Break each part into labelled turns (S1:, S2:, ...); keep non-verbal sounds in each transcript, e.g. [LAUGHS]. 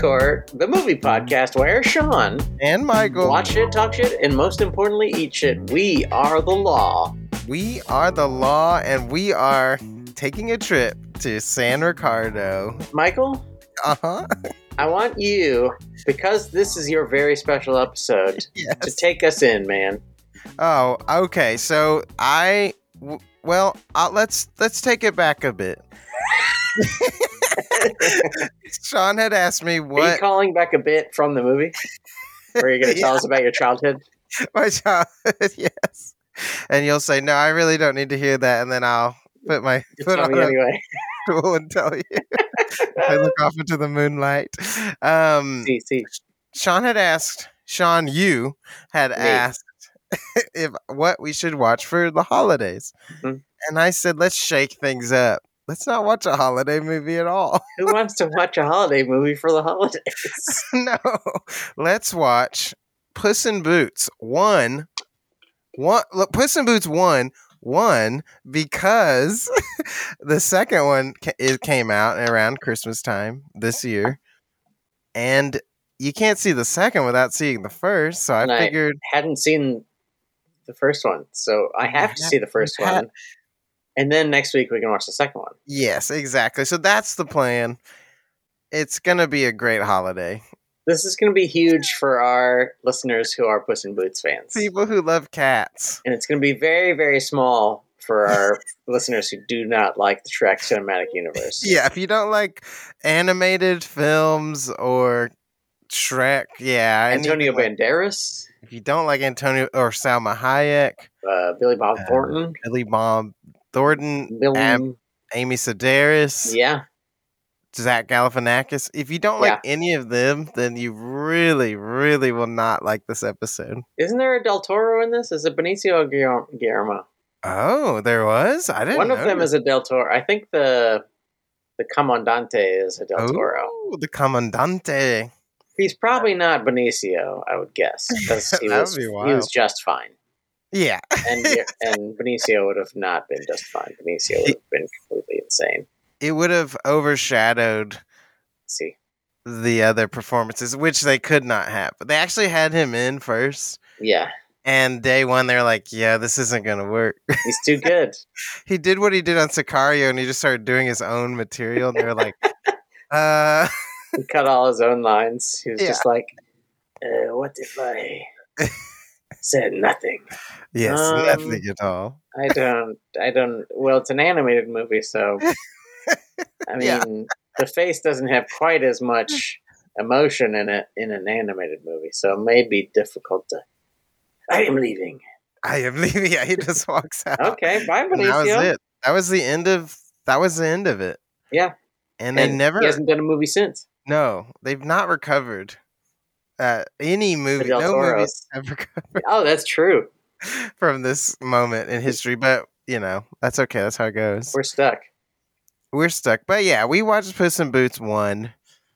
S1: Court, the movie podcast where Sean
S2: and Michael.
S1: watch shit, talk shit, and most importantly, eat shit. We are the law.
S2: We are the law, and we are taking a trip to San Ricardo.
S1: Michael,
S2: Uh huh.
S1: I want you, because this is your very special episode, to
S2: [LAUGHS] Yes.
S1: take us in, man.
S2: Oh, okay. So I, w- well, uh, let's let's take it back
S1: [LAUGHS]
S2: a bit. Sean had asked me
S1: Are you
S2: what
S1: calling back a bit from the movie? Were you
S2: [LAUGHS]
S1: going to tell us about your childhood?
S2: my job. [LAUGHS] yes. And you'll say, no, I really don't need to hear that. And then I'll [LAUGHS] put my
S1: Just
S2: foot
S1: tell
S2: on
S1: me
S2: a
S1: anyway.
S2: stool and tell you.
S1: [LAUGHS]
S2: I look off into the moonlight. Um,
S1: see, see.
S2: Sean had asked, Sean, you had asked [LAUGHS] if what we should watch for the holidays.
S1: Mhm.
S2: And I said, let's shake things up. Let's not watch a holiday movie at all. [LAUGHS]
S1: Who wants to watch a holiday movie for the holidays?
S2: [LAUGHS] no. Let's watch Puss in Boots 1. One look, Puss in Boots 1 one because [LAUGHS] the second one ca- it came out around Christmas time this year. And you can't see the second without seeing the first, so I
S1: Right.
S2: figured
S1: hadn't seen the first one, so I have to see the first
S2: Yeah.
S1: one. And then next week we can watch the second one.
S2: Yes, exactly. So that's the plan. It's gonna be a great holiday.
S1: This is going to be huge for our listeners who are Puss in Boots fans.
S2: People who love cats.
S1: And it's going to be very, very small for
S2: [LAUGHS]
S1: our listeners who do not like the Shrek cinematic universe.
S2: Yeah, if you don't like animated films or Shrek, yeah, anything
S1: Antonio
S2: like-
S1: Banderas,
S2: If you don't like Antonio or Salma Hayek,
S1: uh, Billy Bob
S2: Uh,
S1: Thornton,
S2: Billy Bob Thornton,
S1: Bill,
S2: Ab- Amy Sedaris,
S1: Mm. yeah,
S2: Zach Galifianakis. If you don't like any of them, then you really, really will not like this episode.
S1: isn't there a Del Toro in this? Is it Benicio or Guillermo- Guillermo?
S2: Oh, there was. I didn't.
S1: One of
S2: know.
S1: them is a Del Toro. I think the the Commandante is a Del Toro.
S2: Oh, the Commandante.
S1: He's probably not Benicio, I would guess, because he
S2: [LAUGHS] That
S1: was
S2: would be
S1: he
S2: wild.
S1: was just fine,
S2: Yeah.
S1: and and Benicio would have not been just fine. Benicio would have been completely insane.
S2: It would have overshadowed
S1: Let's see,
S2: the other performances, which they could not have. They actually had him in first,
S1: yeah,
S2: and day one, they're like, yeah, this isn't going to work. [LAUGHS]
S1: he's too good.
S2: he did what he did on Sicario, and he just started doing his own material, and they
S1: [LAUGHS]
S2: were like, uh,
S1: He cut all his own lines. He was just like, uh, "What if I said nothing?
S2: yes,
S1: Um,
S2: nothing at all. [LAUGHS]
S1: I don't. I don't. Well, it's an animated movie,
S2: [LAUGHS]
S1: so I mean,
S2: Yeah.
S1: the face doesn't have quite as much emotion in it in an animated movie, so it may be difficult to. I am leaving.
S2: I am leaving.
S1: [LAUGHS]
S2: Yeah, he just walks out.
S1: Okay, bye,
S2: And that was
S1: Benicio.
S2: it. That was the end of, that was the end of it.
S1: Yeah.
S2: And they never,
S1: He hasn't done a movie since.
S2: No, they've not recovered. Uh, any movie,
S1: Del
S2: no
S1: Toro.
S2: movies have recovered
S1: Oh, that's true.
S2: from this moment in history. But you know, that's okay. That's how it goes.
S1: We're stuck.
S2: We're stuck. But yeah, we watched Puss in Boots one.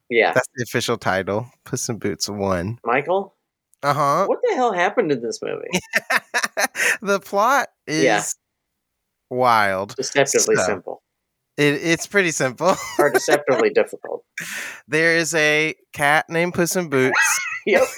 S1: Yeah,
S2: That's the official title, Puss in Boots one.
S1: Michael.
S2: Uh huh.
S1: What the hell happened in this movie?
S2: [LAUGHS] the plot is
S1: Yeah.
S2: wild.
S1: Deceptively
S2: So-
S1: simple
S2: It, it's pretty simple. [LAUGHS]
S1: or deceptively difficult.
S2: there is a cat named Puss in Boots.
S1: Yep. [LAUGHS]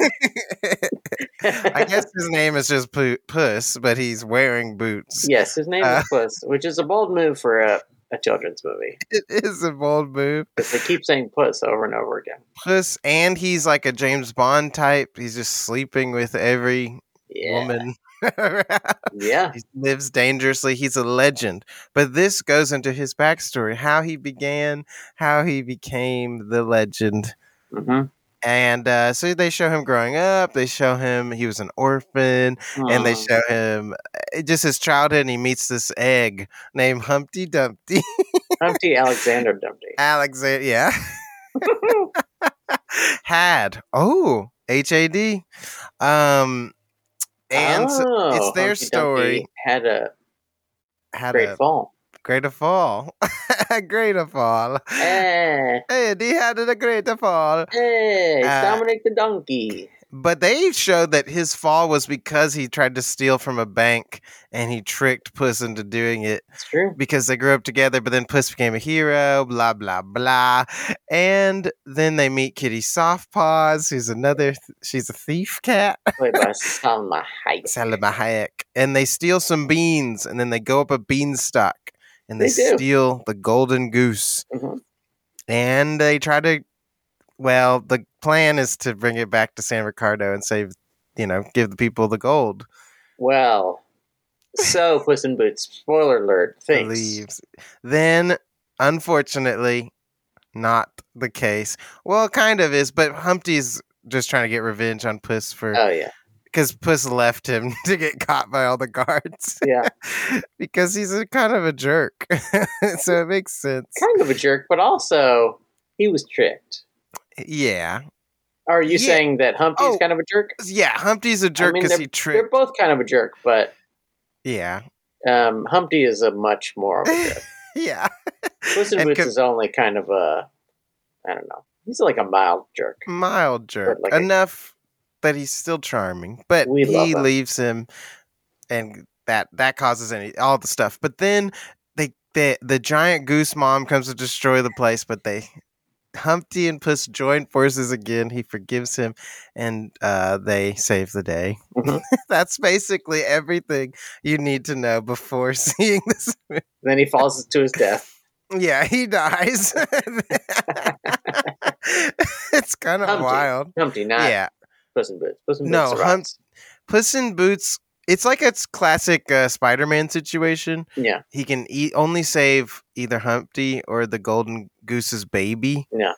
S2: I guess his name is just Poo- Puss, but he's wearing boots.
S1: Yes, his name
S2: Uh,
S1: is Puss, which is a bold move for a, a children's movie.
S2: [LAUGHS] it is a bold move.
S1: Because they keep saying Puss over and over again.
S2: Plus, and he's like a James Bond type. He's just sleeping with every
S1: Yeah.
S2: woman. [LAUGHS]
S1: Yeah.
S2: he lives dangerously. He's a legend. But this goes into his backstory how he began, how he became the legend.
S1: hmm
S2: And uh, so they show him growing up. They show him he was an orphan. [LAUGHS] And they
S1: Mm-hmm.
S2: show him uh, just his childhood. And he meets this egg named Humpty Dumpty. [LAUGHS]
S1: Humpty Alexander Dumpty. [LAUGHS]
S2: Alexander, yeah. [LAUGHS] had oh H A D, um, and so
S1: Oh,
S2: it's their
S1: Humpty Dumpty
S2: story.
S1: Had a Oh,
S2: had
S1: great
S2: a [SIGHS]
S1: fall.
S2: greater fall, [LAUGHS] a greater fall.
S1: Eh,
S2: Hey, he had a greater fall.
S1: hey,
S2: Uh,
S1: Dominic the Donkey.
S2: But they showed that his fall was because he tried to steal from a bank and he tricked Puss into doing it
S1: It's true.
S2: because they grew up together, but then Puss became a hero, blah, blah, blah. And then they meet Kitty Softpaws, who's another, she's a thief cat.
S1: Played
S2: [LAUGHS]
S1: by Salma Hayek.
S2: Salma Hayek, and they steal some beans, and then they go up a beanstalk, and they,
S1: They do.
S2: steal the golden goose,
S1: Mhm.
S2: and they try to. Well, the plan is to bring it back to San Ricardo and save, you know, give the people the gold.
S1: Well, so Puss in Boots. Spoiler alert.
S2: the
S1: Thanks.
S2: Leaves. Then, unfortunately, not the case. Well, it kind of is, but Humpty's just trying to get revenge on Puss for
S1: Oh yeah,
S2: because Puss left him [LAUGHS] to get caught by all the guards.
S1: yeah.
S2: [LAUGHS] because he's a kind of a jerk. [LAUGHS] so it makes sense.
S1: Kind of a jerk, but also he was tricked.
S2: Yeah.
S1: Are you
S2: Yeah.
S1: saying that Humpty's
S2: Oh.
S1: kind of a jerk?
S2: Yeah, Humpty's a jerk
S1: mean,
S2: because he
S1: They're
S2: tricked.
S1: both kind of a jerk, but
S2: Yeah. [LAUGHS]
S1: um, Humpty is a much more of a jerk.
S2: Yeah.
S1: Puss in
S2: And
S1: Boots
S2: co-
S1: is only kind of a, I don't know. He's like a mild jerk.
S2: Mild jerk.
S1: like a-
S2: Enough that he's still charming. But
S1: We love
S2: he
S1: him.
S2: leaves him and that that causes any all the stuff. But then they, they the giant goose mom comes to destroy the place, but they Humpty and Puss join forces again. He forgives him and uh, they save the day.
S1: Mhm.
S2: [LAUGHS] That's basically everything you need to know before [LAUGHS] seeing this.
S1: Then he falls to his
S2: [LAUGHS]
S1: death.
S2: Yeah,
S1: [LAUGHS]
S2: he dies. [LAUGHS] it's kind of
S1: Humpty.
S2: wild.
S1: Humpty, not
S2: Yeah.
S1: Puss in Boots. Puss in Boots.
S2: No,
S1: survives.
S2: Puss in Boots, it's like a classic uh, Spider Man situation.
S1: Yeah.
S2: He can e- only save either Humpty or the Golden Goose's baby.
S1: Yeah.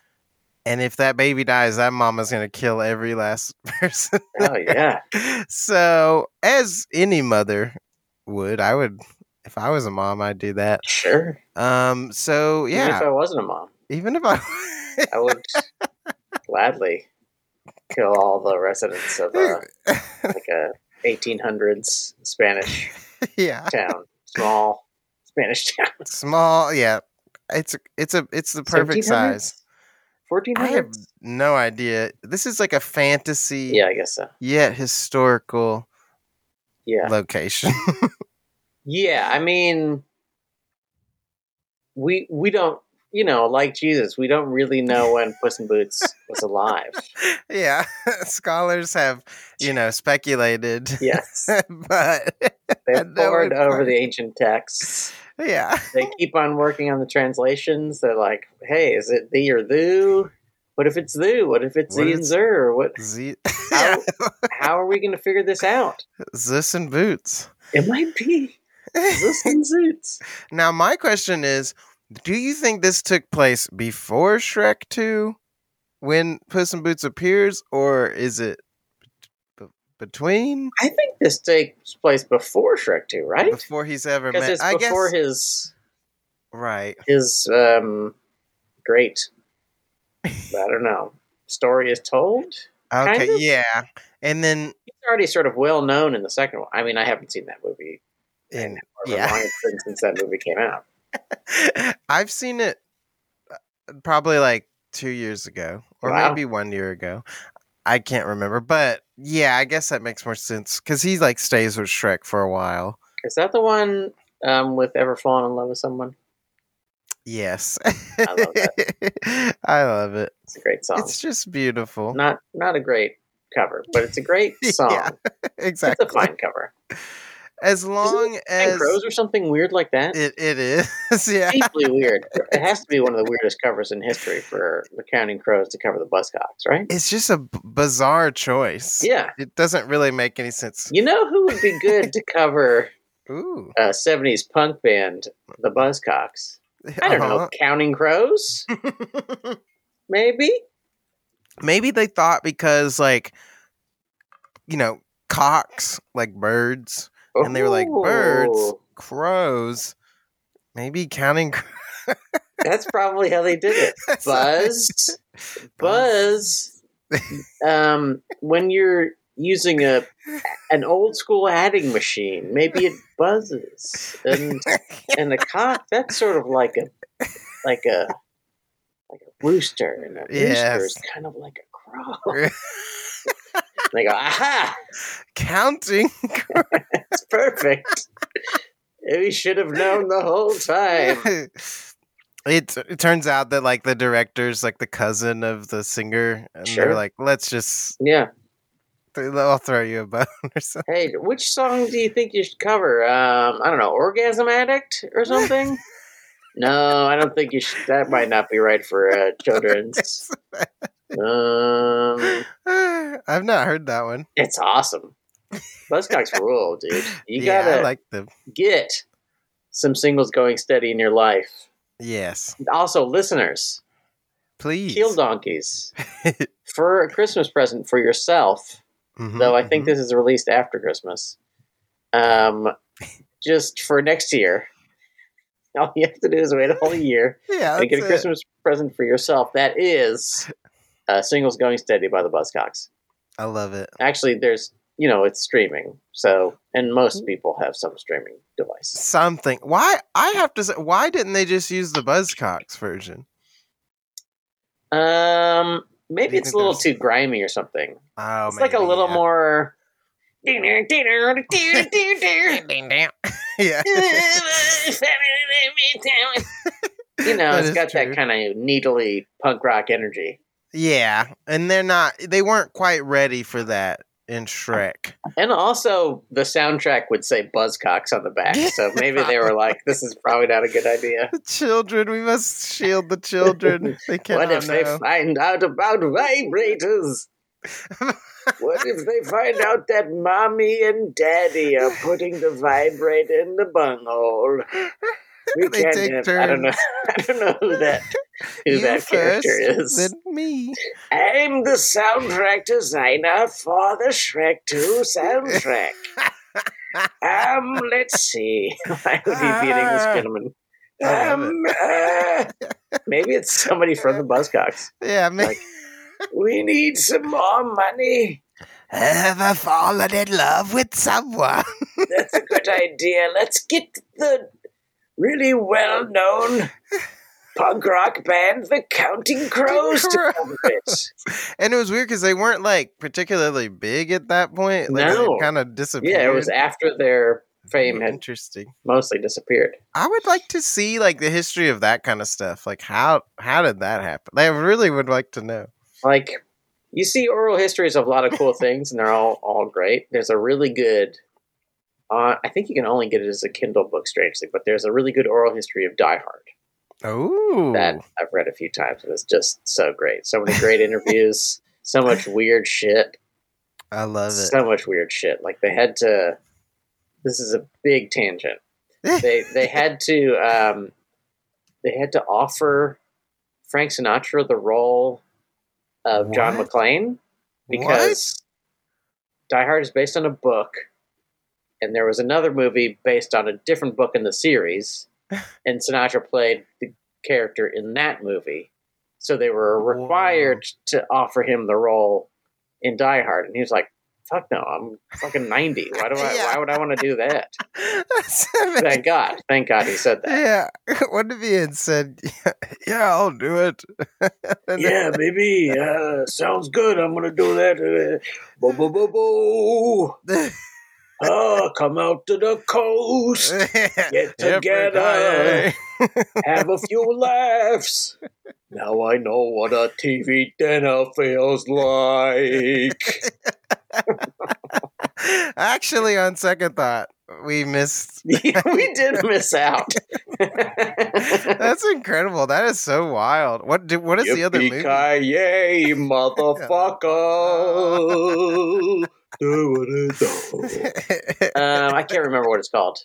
S2: And if that baby dies, that mama's going to kill every last [LAUGHS] person.
S1: Oh yeah.
S2: [LAUGHS] so as any mother would i would if i was a mom i'd do that
S1: Sure.
S2: um so
S1: Even if
S2: yeah
S1: I wasn't a mom,
S2: even if i [LAUGHS]
S1: I would gladly kill all the residents of
S2: [LAUGHS]
S1: uh, like a 1800s Spanish
S2: yeah
S1: town, small Spanish town.
S2: small yeah it's it's a it's the [LAUGHS] perfect size
S1: 1400s?
S2: i have no idea this is like a fantasy
S1: Yeah, I guess so.
S2: yet historical
S1: Yeah.
S2: location
S1: Yeah, I mean we we don't, you know, like Jesus, we don't really know when Puss in Boots was
S2: [LAUGHS]
S1: alive.
S2: [LAUGHS] yeah scholars have you know speculated [LAUGHS]
S1: Yes.
S2: but
S1: They
S2: I know
S1: poured
S2: it's
S1: over
S2: funny.
S1: the ancient texts.
S2: yeah
S1: they keep on working on the translations. They're like, hey, is it thee or thou? What if it's thou? What if it's
S2: What
S1: thee
S2: if
S1: and
S2: it's-
S1: zer?
S2: [LAUGHS]
S1: What?
S2: Z-
S1: How, how are we going to figure this out?
S2: Zeus and Boots.
S1: It might be Zeus
S2: [LAUGHS]
S1: and Zoots.
S2: now, my question is do you think this took place before Shrek 2 when Puss in Boots appears, or is it b- between
S1: I think this takes place before Shrek 2, right?
S2: before he's ever
S1: Because
S2: met?
S1: it's
S2: I guess,
S1: before his
S2: right.
S1: his um, great, I don't know, story is told.
S2: Okay,
S1: kind of?
S2: yeah. And then,
S1: He's already sort of well known in the second one. I mean, I haven't seen that movie.
S2: and
S1: however
S2: Yeah.
S1: long it's been since that movie came out.
S2: [LAUGHS] I've seen it uh, probably like two years ago, or
S1: Wow.
S2: maybe one year ago. I can't remember, but yeah, I guess that makes more sense because he like stays with Shrek for a while.
S1: Is that the one um, with ever falling in love with someone?
S2: [LAUGHS] Yes.
S1: I love
S2: it. I love it.
S1: It's a great song.
S2: It's just beautiful. [LAUGHS]
S1: not not a great cover, but it's a great
S2: Yeah,
S1: song.
S2: exactly.
S1: It's a fine cover. [LAUGHS]
S2: As long
S1: And
S2: as
S1: crows or something weird like that.
S2: it, it is. [LAUGHS]
S1: [LAUGHS]
S2: Yeah.
S1: Deeply weird. It has to be one of the weirdest covers in history for the Counting Crows to cover the Buzzcocks, right?
S2: It's just a b- bizarre choice.
S1: Yeah.
S2: It doesn't really make any sense.
S1: You know who would be good to cover
S2: Ooh.
S1: a '70s punk band, the Buzzcocks? I don't
S2: Uh-huh.
S1: know, Counting
S2: [LAUGHS]
S1: Crows,
S2: know.
S1: maybe.
S2: Maybe they thought because like you know, cocks like birds, And they were like, birds.
S1: Ooh, crows.
S2: maybe counting [LAUGHS]
S1: That's probably how they did it. Buzz, buzz. Um, when you're using a an old school adding machine, maybe it buzzes, and and a cock that's sort of like a like a like a rooster, and a rooster
S2: Yes.
S1: is kind of like a crow. And [LAUGHS] they go, aha,
S2: Counting.
S1: it's perfect. [LAUGHS] we should have known the whole
S2: [LAUGHS]
S1: time.
S2: it, it turns out that like the director's like the cousin of the singer, and
S1: Sure.
S2: they're like, let's just
S1: Yeah.
S2: th- I'll throw you a bone [LAUGHS] or something.
S1: Hey, which song do you think you should cover? Um, I don't know, Orgasm Addict
S2: [LAUGHS]
S1: or something? no, I don't think you should. That might not be right for uh,
S2: [LAUGHS]
S1: children's. um,
S2: I've not heard that one.
S1: it's awesome.
S2: [LAUGHS]
S1: Buzzcocks rule, dude. You
S2: yeah,
S1: gotta
S2: I like them.
S1: get some singles going steady in your life.
S2: Yes,
S1: Also, listeners,
S2: please.
S1: Keel Donkeys for a Christmas present for yourself.
S2: Mm-hmm,
S1: Though I think this is released after Christmas. Um, just for next year. [LAUGHS] All you have to do is wait a whole year
S2: mm-hmm. yeah,
S1: and get a
S2: that's it.
S1: Christmas present for yourself. That is uh, Singles Going Steady by the Buzzcocks.
S2: I love it.
S1: Actually, there's, you know, it's streaming. So, and
S2: Mm-hmm.
S1: most people have some streaming device.
S2: Something. Why I have to say? Why didn't they just use the Buzzcocks version?
S1: Um, maybe
S2: You
S1: it's a
S2: think
S1: little
S2: there's-
S1: too grimy or something.
S2: Oh,
S1: it's like a
S2: maybe,
S1: little
S2: yeah.
S1: more. you [LAUGHS]
S2: [LAUGHS] yeah.
S1: know,
S2: [LAUGHS] That
S1: it's
S2: is
S1: got
S2: true.
S1: that kind of needly punk rock energy.
S2: yeah, and they're not. They weren't quite ready for that
S1: Uh,
S2: in
S1: [LAUGHS]
S2: Shrek.
S1: And also, the soundtrack would say Buzzcocks on the
S2: [LAUGHS]
S1: back. So maybe they were like, this is probably not a good idea.
S2: The children. We must shield the children. They
S1: [LAUGHS]
S2: cannot
S1: What if they
S2: know.
S1: find out about
S2: [LAUGHS]
S1: vibrators? what if they find out that mommy and daddy are putting the vibrator in the
S2: [LAUGHS]
S1: bunghole? We
S2: They
S1: can't
S2: take
S1: have, I don't know. [LAUGHS] I don't know who that who
S2: You
S1: that character
S2: first,
S1: is. [LAUGHS]
S2: Then me.
S1: I'm the soundtrack designer for the Shrek 2 soundtrack. um, let's see. [LAUGHS] Why was he beating this gentleman?
S2: I love
S1: Um, uh, maybe it's somebody from the Buzzcocks.
S2: Yeah, me. [LAUGHS]
S1: Like- We need some more money.
S2: Have I fallen in love with someone? [LAUGHS]
S1: That's a good idea. Let's get the really well known punk rock band, the Counting Crows, to cover it.
S2: And it was weird because they weren't like particularly big at that point. Like,
S1: No.
S2: kind of disappeared.
S1: Yeah, it was after their fame had
S2: interesting.
S1: mostly disappeared.
S2: I would like to see like the history of that kind of stuff. Like how how did that happen? I really would like to know.
S1: like you see oral histories of a lot of
S2: [LAUGHS]
S1: cool things and they're all all great there's a really good uh, i think you can only get it as a kindle book strangely but there's a really good oral history of die hard
S2: Oh,
S1: that i've read a few times and it's just so great so many great interviews so much weird shit
S2: I love it.
S1: so much weird shit like they had to this is a big
S2: [LAUGHS]
S1: tangent they they had to um they had to offer frank sinatra the role of john
S2: What?
S1: mcclane
S2: [LAUGHS]
S1: because Die Hard is based on a book, and there was another movie based on a different book in the [LAUGHS] series, and Sinatra played the character in that movie. So they were
S2: Whoa.
S1: required to offer him the role in Die Hard, and he was like, "Fuck no, I'm fucking ninety. Why do I?
S2: Yeah.
S1: Why would I want to do that?"
S2: [LAUGHS] What?
S1: Thank God, thank God he said that.
S2: yeah, [LAUGHS] wouldn't it be and said, yeah, yeah, I'll do it. [LAUGHS] And then-
S1: Yeah, baby, uh, sounds good. I'm gonna do that. Uh, bo bo bo bo. Oh, come out to the coast. Get
S2: [LAUGHS] Every
S1: together.
S2: day.
S1: have a
S2: [LAUGHS]
S1: few laughs. Now I know what a TV dinner feels
S2: [LAUGHS]
S1: like. [LAUGHS]
S2: Actually, on second thought,
S1: [LAUGHS]
S2: we missed.
S1: we did miss out.
S2: That's incredible. That is so wild. What? Do, what is the other movie? [LAUGHS]
S1: Yippee-ki-yay, motherfucker. Do-do-do. um, I can't remember what it's called.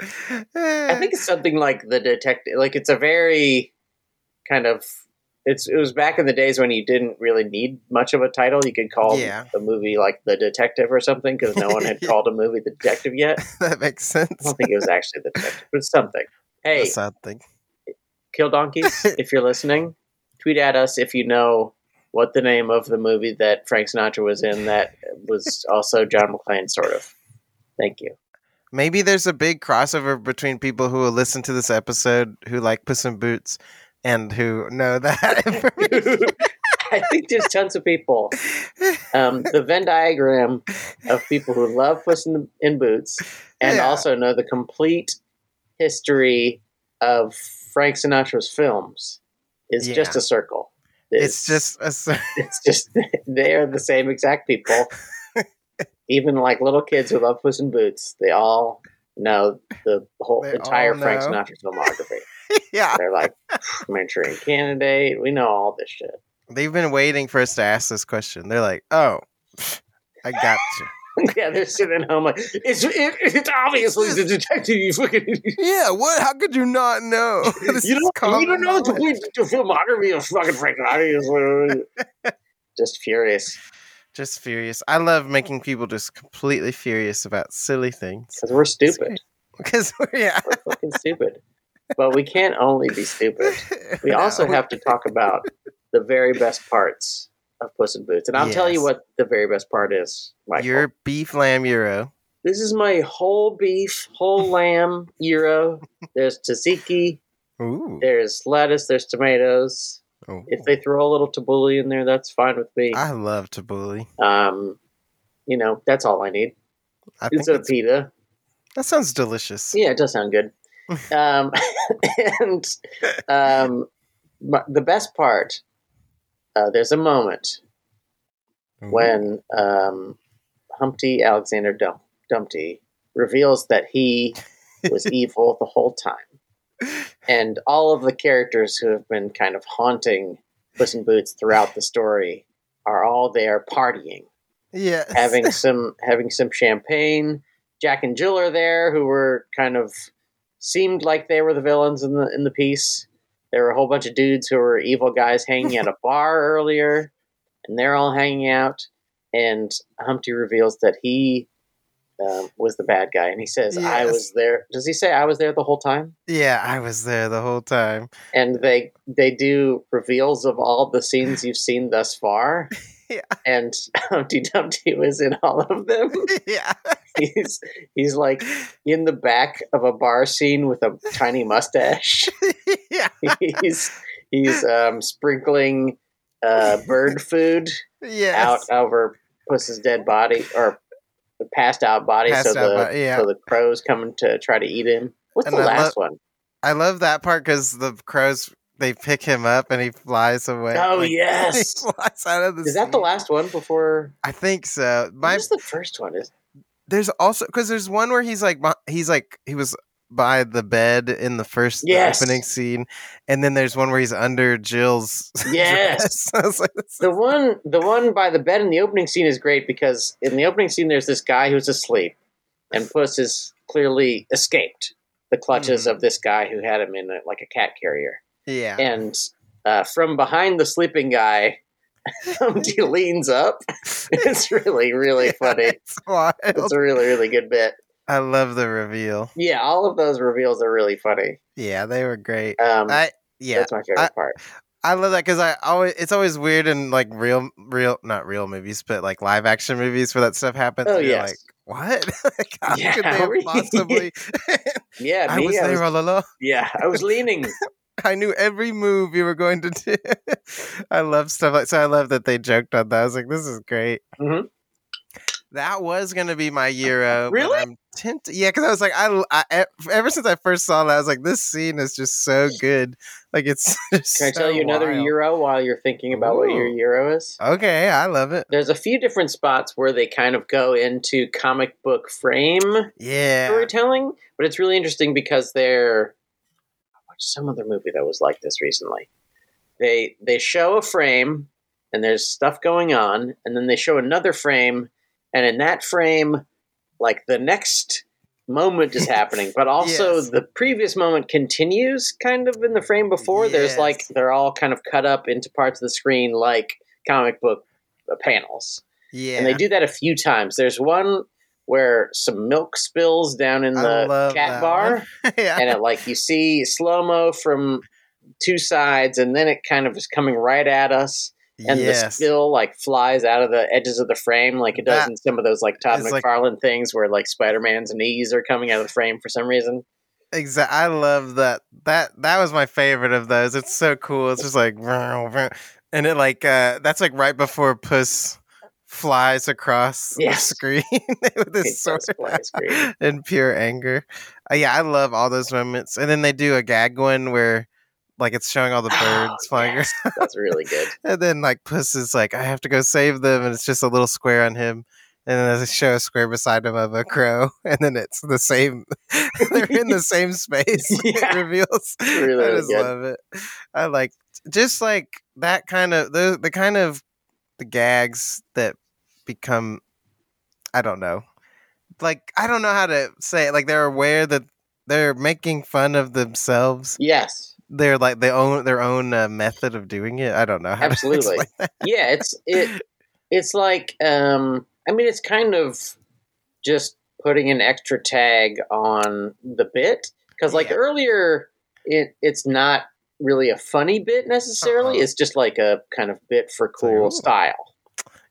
S1: I think it's something like the detective. Like it's a very kind of it's it was back in the days when you didn't really need much of a title. You could call
S2: Yeah.
S1: the movie like the detective or something because no one had
S2: [LAUGHS] Yeah.
S1: called a movie the detective yet.
S2: that makes
S1: I
S2: sense.
S1: don't
S2: [LAUGHS]
S1: think it was actually the detective, but it's something. Hey,
S2: That's something.
S1: Kill
S2: [LAUGHS]
S1: Donkeys, if you're listening, tweet at us if you know what the name of the movie that Frank Sinatra was in that was also John McClane, sort of. Thank you.
S2: Maybe there's a big crossover between people who will listen to [LAUGHS] this episode who like Puss in Boots and who know that. information.
S1: [LAUGHS] I think there's tons of people. Um, the Venn diagram of people who love Puss in, in Boots and
S2: Yeah.
S1: also know the complete history of Frank Sinatra's films is
S2: Yeah.
S1: just a circle.
S2: It's just a s-
S1: [LAUGHS]
S2: [LAUGHS]
S1: it's just they are the same exact people. Even like little kids who love Puss in Boots, they all know the whole
S2: They
S1: entire
S2: all
S1: Frank
S2: know.
S1: Sinatra filmography.
S2: yeah.
S1: They're like mentoring candidate. We know all this shit.
S2: They've been waiting for us to ask this question. They're like, "Oh, I got you."
S1: [LAUGHS] yeah, they're sitting at home like it's it, it's obviously the detective. You fucking
S2: [LAUGHS]
S1: [LAUGHS]
S2: yeah. What? How could you not [LAUGHS] know? This
S1: you
S2: is
S1: don't you
S2: common
S1: don't know the,
S2: knowledge.
S1: the filmography of fucking Frank Sinatra. just furious
S2: [LAUGHS] Just furious. I love making people just completely furious about silly things. [LAUGHS]
S1: because we're stupid.
S2: Because [LAUGHS] yeah,
S1: We're fucking stupid. But we can't only be stupid. We also have to talk about the very best parts of Puss in Boots, and I'll tell you
S2: Yes.
S1: what the very best part is, Michael.
S2: your beef lamb euro.
S1: this is my whole beef, whole lamb gyro. There's tzatziki,
S2: Ooh.
S1: there's lettuce, there's tomatoes.
S2: Ooh.
S1: If they throw a little tabbouleh in there, that's fine with me.
S2: I love tabbouleh.
S1: Um, you know, that's all I need.
S2: I think
S1: It's a
S2: that's,
S1: pita.
S2: that sounds delicious.
S1: Yeah, it does sound
S2: [LAUGHS]
S1: good. Um, [LAUGHS] and um, but the best part, uh, there's a moment
S2: Ooh.
S1: when um, Humpty Alexander Dum- Dumpty reveals that
S2: [LAUGHS]
S1: he was evil the whole time, and all of the characters who have been kind of haunting Puss in Boots throughout the story are all there partying
S2: yeah, [LAUGHS]
S1: [LAUGHS] having some having some champagne. Jack and Jill are there, who were kind of seemed like they were the villains in the in the piece. There were a whole bunch of dudes who were evil guys hanging
S2: [LAUGHS]
S1: at a bar earlier, and they're all hanging out. And Humpty reveals that he um, was the bad guy, and he says, "I
S2: Yes.
S1: was there." Does he say, "I was there the whole time"?
S2: yeah. I was there the whole time. [LAUGHS]
S1: and they they do reveals of all the scenes you've seen thus far.
S2: [LAUGHS] Yeah.
S1: And [LAUGHS] Humpty Dumpty was in all of them.
S2: yeah,
S1: [LAUGHS] He's he's like in the back of a bar scene with a tiny
S2: [LAUGHS]
S1: mustache.
S2: yeah,
S1: He's he's um, sprinkling uh, bird food
S2: yes.
S1: out over Puss's dead body or the passed out body,
S2: Passed
S1: so
S2: out
S1: the
S2: by- yeah.
S1: so the crows coming to try to eat him. What's
S2: And
S1: the
S2: I
S1: last one?
S2: I love that part because the crows they pick him up and he flies away.
S1: Oh
S2: Like, [LAUGHS] he
S1: yes,
S2: flies out of the.
S1: is that the
S2: sea.
S1: last one before?
S2: I think so.
S1: What
S2: My
S1: was the first one? Is
S2: there's also because there's one where he's like beh- he's like he was by the bed in the first the
S1: Yes.
S2: opening scene, and then there's one where he's under Jill's. [LAUGHS]
S1: Yes.
S2: dress. [LAUGHS] I was like, this-
S1: the one the one by the bed in the opening scene is great because in the opening scene there's this guy who's asleep, and Puss is clearly escaped the clutches
S2: Mhm.
S1: of this guy who had him in a, like a cat carrier,
S2: yeah, [LAUGHS]
S1: and uh, from behind the sleeping guy. [LAUGHS]
S2: [LAUGHS]
S1: Humpty leans up. It's really, really funny.
S2: It's wild.
S1: It's a really, really good bit.
S2: I love the reveal.
S1: Yeah, all of those reveals are really funny.
S2: Yeah, they were great.
S1: Um,
S2: I yeah,
S1: That's my favorite
S2: I-
S1: part.
S2: I love that because I always it's always weird in like real real not real movies but like live action movies where that stuff happens.
S1: Oh,
S2: and you're
S1: yes.
S2: like what? [LAUGHS] like, how
S1: Yeah,
S2: could they
S1: [LAUGHS]
S2: have
S1: really.
S2: possibly?
S1: Yeah,
S2: I
S1: me,
S2: was
S1: I
S2: there
S1: was-
S2: all along.
S1: yeah, I was leaning.
S2: I knew every move you were going to do. [LAUGHS] I love stuff like so. I love that they joked on that. I was like, this is great.
S1: Mhm.
S2: That was gonna be my euro. but
S1: Really?
S2: I'm tempted. Yeah, because I was like, I, I e, ever since I first saw that, I was like, this scene is just so good. Like it's. [LAUGHS] Just
S1: Can I tell
S2: so
S1: you another
S2: wild.
S1: euro while you're thinking about what your
S2: Ooh.
S1: euro is?
S2: Okay, I love it.
S1: There's a few different spots where they kind of go into comic book frame
S2: Yeah.
S1: storytelling, but it's really interesting because they're I watched some other movie that was like this recently. They they show a frame and there's stuff going on, and then they show another frame, and in that frame, like the next moment is happening,
S2: [LAUGHS]
S1: but also
S2: Yes.
S1: the previous moment continues kind of in the frame before. There's
S2: Yes.
S1: like they're all kind of cut up into parts of the screen like comic book uh, panels.
S2: Yeah.
S1: And they do that a few times. There's one where some milk spills down in
S2: I
S1: the
S2: love
S1: cat
S2: that
S1: bar,
S2: [LAUGHS] one. yeah.
S1: and it like you see slow mo from two sides, and then it kind of is coming right at us, and the
S2: yes.
S1: spill like flies out of the edges of the frame, like it does
S2: That
S1: in some of those like Todd
S2: is, like-
S1: McFarlane things where like Spider Man's knees are coming out of the frame for some
S2: [LAUGHS]
S1: reason.
S2: Exactly. I love that. That that was my favorite of those. It's so cool. It's just like vroom, vroom. [LAUGHS] and it like uh that's like right before Puss flies across
S1: Yes.
S2: the screen [LAUGHS] with
S1: [LAUGHS] It
S2: his sword
S1: does fly
S2: [LAUGHS]
S1: screen.
S2: in pure anger. Uh, yeah, I love all those moments. And then they do a gag one where like it's showing all the
S1: Oh,
S2: birds flying
S1: yes, That's really good.
S2: and then like Puss is like, I have to go save them, and it's just a little square on him. And then there's a show a square beside him of a crow, [LAUGHS] and then it's the same. [LAUGHS] They're in
S1: [LAUGHS]
S2: the same space. [LAUGHS] It
S1: Yeah.
S2: reveals.
S1: really,
S2: I
S1: really
S2: just
S1: good.
S2: love it. I like just like that kind of the the kind of the gags that become. I don't know. Like I don't know how to say it. Like they're aware that they're making fun of themselves.
S1: Yes,
S2: They're like their own their own uh, method of doing it. I don't know. How to [LAUGHS]
S1: absolutely.
S2: explain that.
S1: yeah, it's it. It's like um, I mean, it's kind of just putting an extra tag on the bit because, like
S2: Yeah.
S1: earlier, it it's not really a funny bit necessarily.
S2: Uh-uh.
S1: It's just like a kind of bit for
S2: like,
S1: cool
S2: ooh.
S1: style.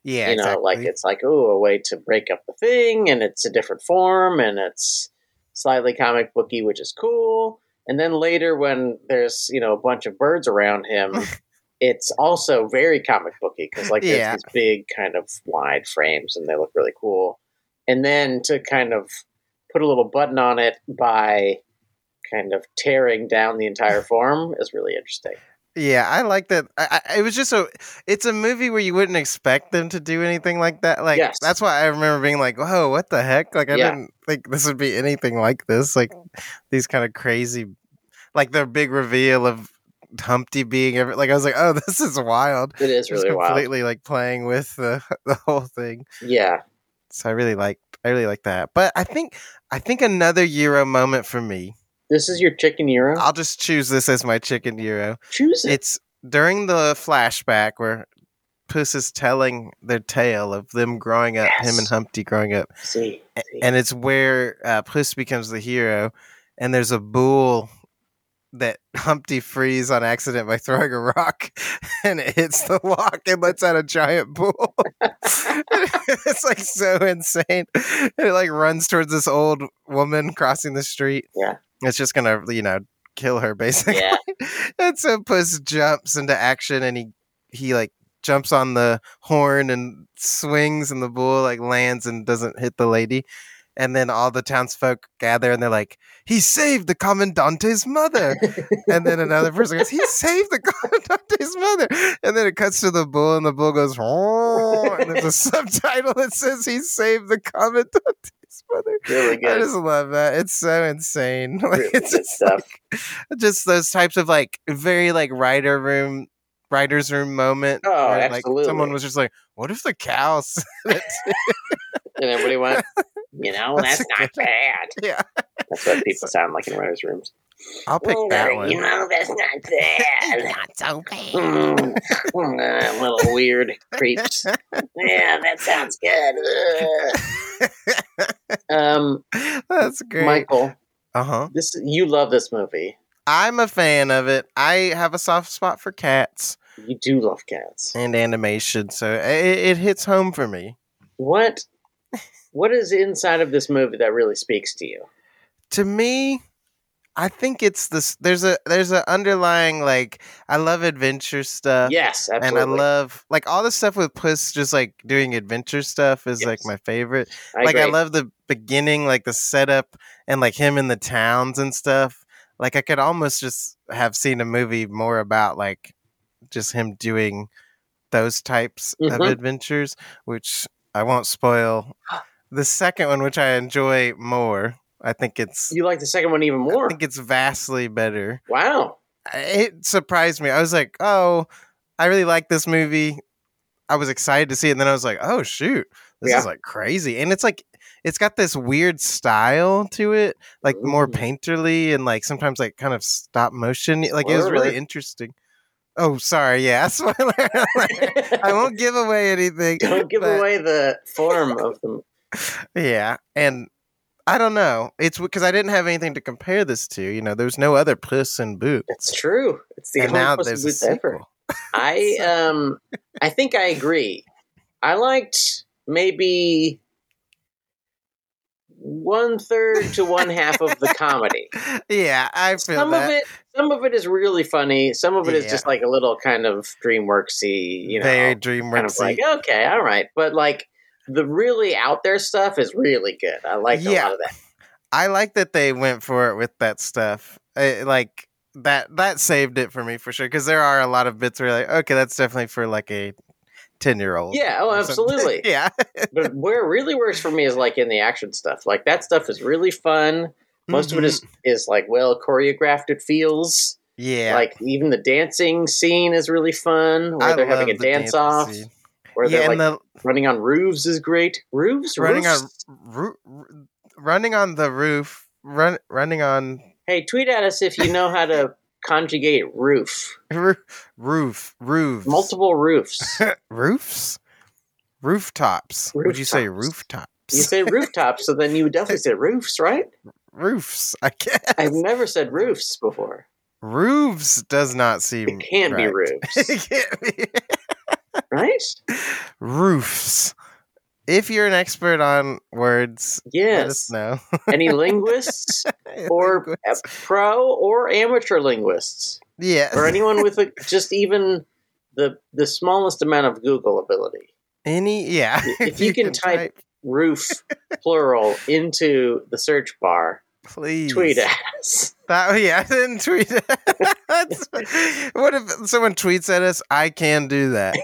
S2: Yeah,
S1: you know, like
S2: exactly.
S1: it's like oh, a way to break up the thing, and it's a different form, and it's slightly comic booky, which is cool. And then later, when there's you know a bunch of birds around
S2: [LAUGHS]
S1: him, it's also very comic booky because like
S2: Yeah.
S1: there's these big kind of wide frames, and they look really cool. And then to kind of put a little button on it by kind of tearing down the entire form is really interesting.
S2: Yeah, I like that. I, I, it was just a. It's a movie where you wouldn't expect them to do anything like that. Like
S1: Yes.
S2: that's why I remember being like, "Whoa, what the heck?" Like I
S1: Yeah.
S2: didn't think this would be anything like this. Like these kind of crazy, like the big reveal of Humpty being every. Like I was like, "Oh, [LAUGHS] this is wild."
S1: It is
S2: Just
S1: really wild.
S2: completely like playing with the [LAUGHS] the whole thing.
S1: Yeah.
S2: So I really liked. I really like that. But I think I think another Euro moment for me.
S1: This is your chicken euro.
S2: I'll just choose this as my chicken Euro.
S1: Choose it.
S2: it's during the flashback where Puss is telling their tale of them growing up, him and
S1: Yes.
S2: Humpty growing up,
S1: See, see.
S2: and it's where uh, Puss becomes the hero, and there's a bull that [LAUGHS] Humpty frees on accident by throwing a rock, [LAUGHS] and it hits the lock and lets out a giant bull. [LAUGHS] it's like so insane, and it like runs towards this old woman crossing the street.
S1: Yeah.
S2: it's just gonna you know kill her basically
S1: yeah,
S2: and so Puss jumps into action and he he like jumps on the horn and swings and the bull like lands and doesn't hit the lady. And then all the townsfolk gather and they're like, he saved the commandante's mother. and then another person goes, he saved the [LAUGHS] commandante's mother. And then it cuts to the bull and the bull goes, "Roar,"
S1: [LAUGHS]
S2: and there's a subtitle that says, he saved the commandante's mother.
S1: really
S2: I
S1: good.
S2: just love that. It's so insane. [LAUGHS] Like,
S1: Really
S2: it's
S1: good
S2: just
S1: stuff.
S2: just those types of like very like writer room writer's room moment
S1: Oh,
S2: like someone
S1: absolutely.
S2: was just like what if the cow said it?"
S1: and everybody
S2: [LAUGHS]
S1: went, you know,
S2: That's
S1: that's,
S2: a
S1: not
S2: good-
S1: bad.
S2: [LAUGHS] yeah
S1: That's what people sound like in writers' rooms.
S2: [LAUGHS] i'll pick that
S1: Mm,
S2: one
S1: You know, that's not bad.
S2: [LAUGHS] not so bad
S1: Mm, [LAUGHS] mm, a little weird creeps. Yeah, that sounds good. Ugh. um,
S2: that's [LAUGHS] great
S1: Michael,
S2: uh-huh
S1: this you love this movie.
S2: i'm a fan of it i have a soft spot for cats
S1: You do love cats.
S2: and animation so it, it hits home for me
S1: What? What is inside of this movie that really speaks to you?
S2: to me i think it's this there's a there's a underlying like i love adventure stuff
S1: yes,
S2: Uh, and
S1: absolutely.
S2: I love like all the stuff with Puss just like doing adventure stuff is like
S1: Yes.
S2: my favorite.
S1: I
S2: like I
S1: agree.
S2: love the beginning, like the setup and like him in the towns and stuff. Like I could almost just have seen a movie more about like just him doing those types of
S1: Mhm.
S2: adventures, which I won't
S1: [GASPS]
S2: spoil. The second one, which I enjoy more, I think it's
S1: You like the second one even
S2: I
S1: more.
S2: think it's vastly better
S1: Wow.
S2: [LAUGHS]
S1: [LAUGHS]
S2: it surprised me. I was like, oh, I really like this movie. I was excited to see it, and then I was like, oh shoot, this
S1: Yeah.
S2: is like crazy. And it's like it's got this weird style to it, like more
S1: Ooh.
S2: painterly and like sometimes like kind of stop motion. Like it was really
S1: Word.
S2: interesting. Oh, sorry, yeah, [LAUGHS] spoiler alert. I won't give away anything.
S1: [LAUGHS] Don't give
S2: but-
S1: away the form of them.
S2: Yeah, and I don't know. It's because I didn't have anything to compare this to. You know, there's no other Puss in Boots.
S1: It's true. It's the
S2: and
S1: only
S2: now
S1: Puss in
S2: there's a
S1: Boots ever.
S2: sequel.
S1: [LAUGHS] I um, I think I agree. I liked maybe one third to one half
S2: [LAUGHS]
S1: of the comedy.
S2: yeah, I feel
S1: Some
S2: that.
S1: of it, some of it is really funny. Some of it is
S2: Yeah.
S1: just like a little kind of DreamWorksy, you know,
S2: Very
S1: kind
S2: dreamworks.
S1: of like okay, all right, but like the really out there stuff is really good. I like a
S2: Yeah.
S1: lot of that.
S2: I like that they went for it with that stuff. I, like that that saved it for me for sure because there are a lot of bits where you're like okay, that's definitely for like a ten year [LAUGHS] old.
S1: Yeah, oh, absolutely.
S2: yeah.
S1: but where it really works for me is like in the action stuff. Like that stuff is really fun. Most of it
S2: Mm-hmm.
S1: is is like well choreographed. It feels
S2: yeah.
S1: like even the dancing scene is really fun. Where
S2: I
S1: they're having a
S2: love the
S1: dance
S2: dancing
S1: off.
S2: scene.
S1: Where
S2: Yeah,
S1: they're like
S2: and the
S1: running on roofs is great. Roofs,
S2: running
S1: roofs?
S2: on ru- ru- running on the roof, run running on [LAUGHS]
S1: Hey, tweet at us if you know how to conjugate roof.
S2: roo- roof, roofs,
S1: Multiple roofs.
S2: roofs, rooftops. Would you say rooftops?
S1: You
S2: [LAUGHS]
S1: say rooftops, so then you would definitely say roofs, right?
S2: roofs. I guess
S1: I've never said roofs before.
S2: roofs does not
S1: [LAUGHS]
S2: seem. [LAUGHS]
S1: It can't be
S2: right.
S1: roofs,
S2: [LAUGHS] It can't be.
S1: right?
S2: roofs. If you're an expert on words, let
S1: Yes.
S2: us know.
S1: [LAUGHS] Any linguists or uh, pro or amateur linguists
S2: yeah,
S1: or anyone with a, just even the the smallest amount of Google ability.
S2: any yeah.
S1: [LAUGHS]
S2: [LAUGHS]
S1: If you can type Roof plural into the search bar.
S2: please
S1: Tweet at [LAUGHS] us.
S2: That oh, yeah, [LAUGHS] I didn't tweet.
S1: [LAUGHS]
S2: it. That's- [LAUGHS] what if someone tweets at us? I can
S1: [LAUGHS]
S2: do that.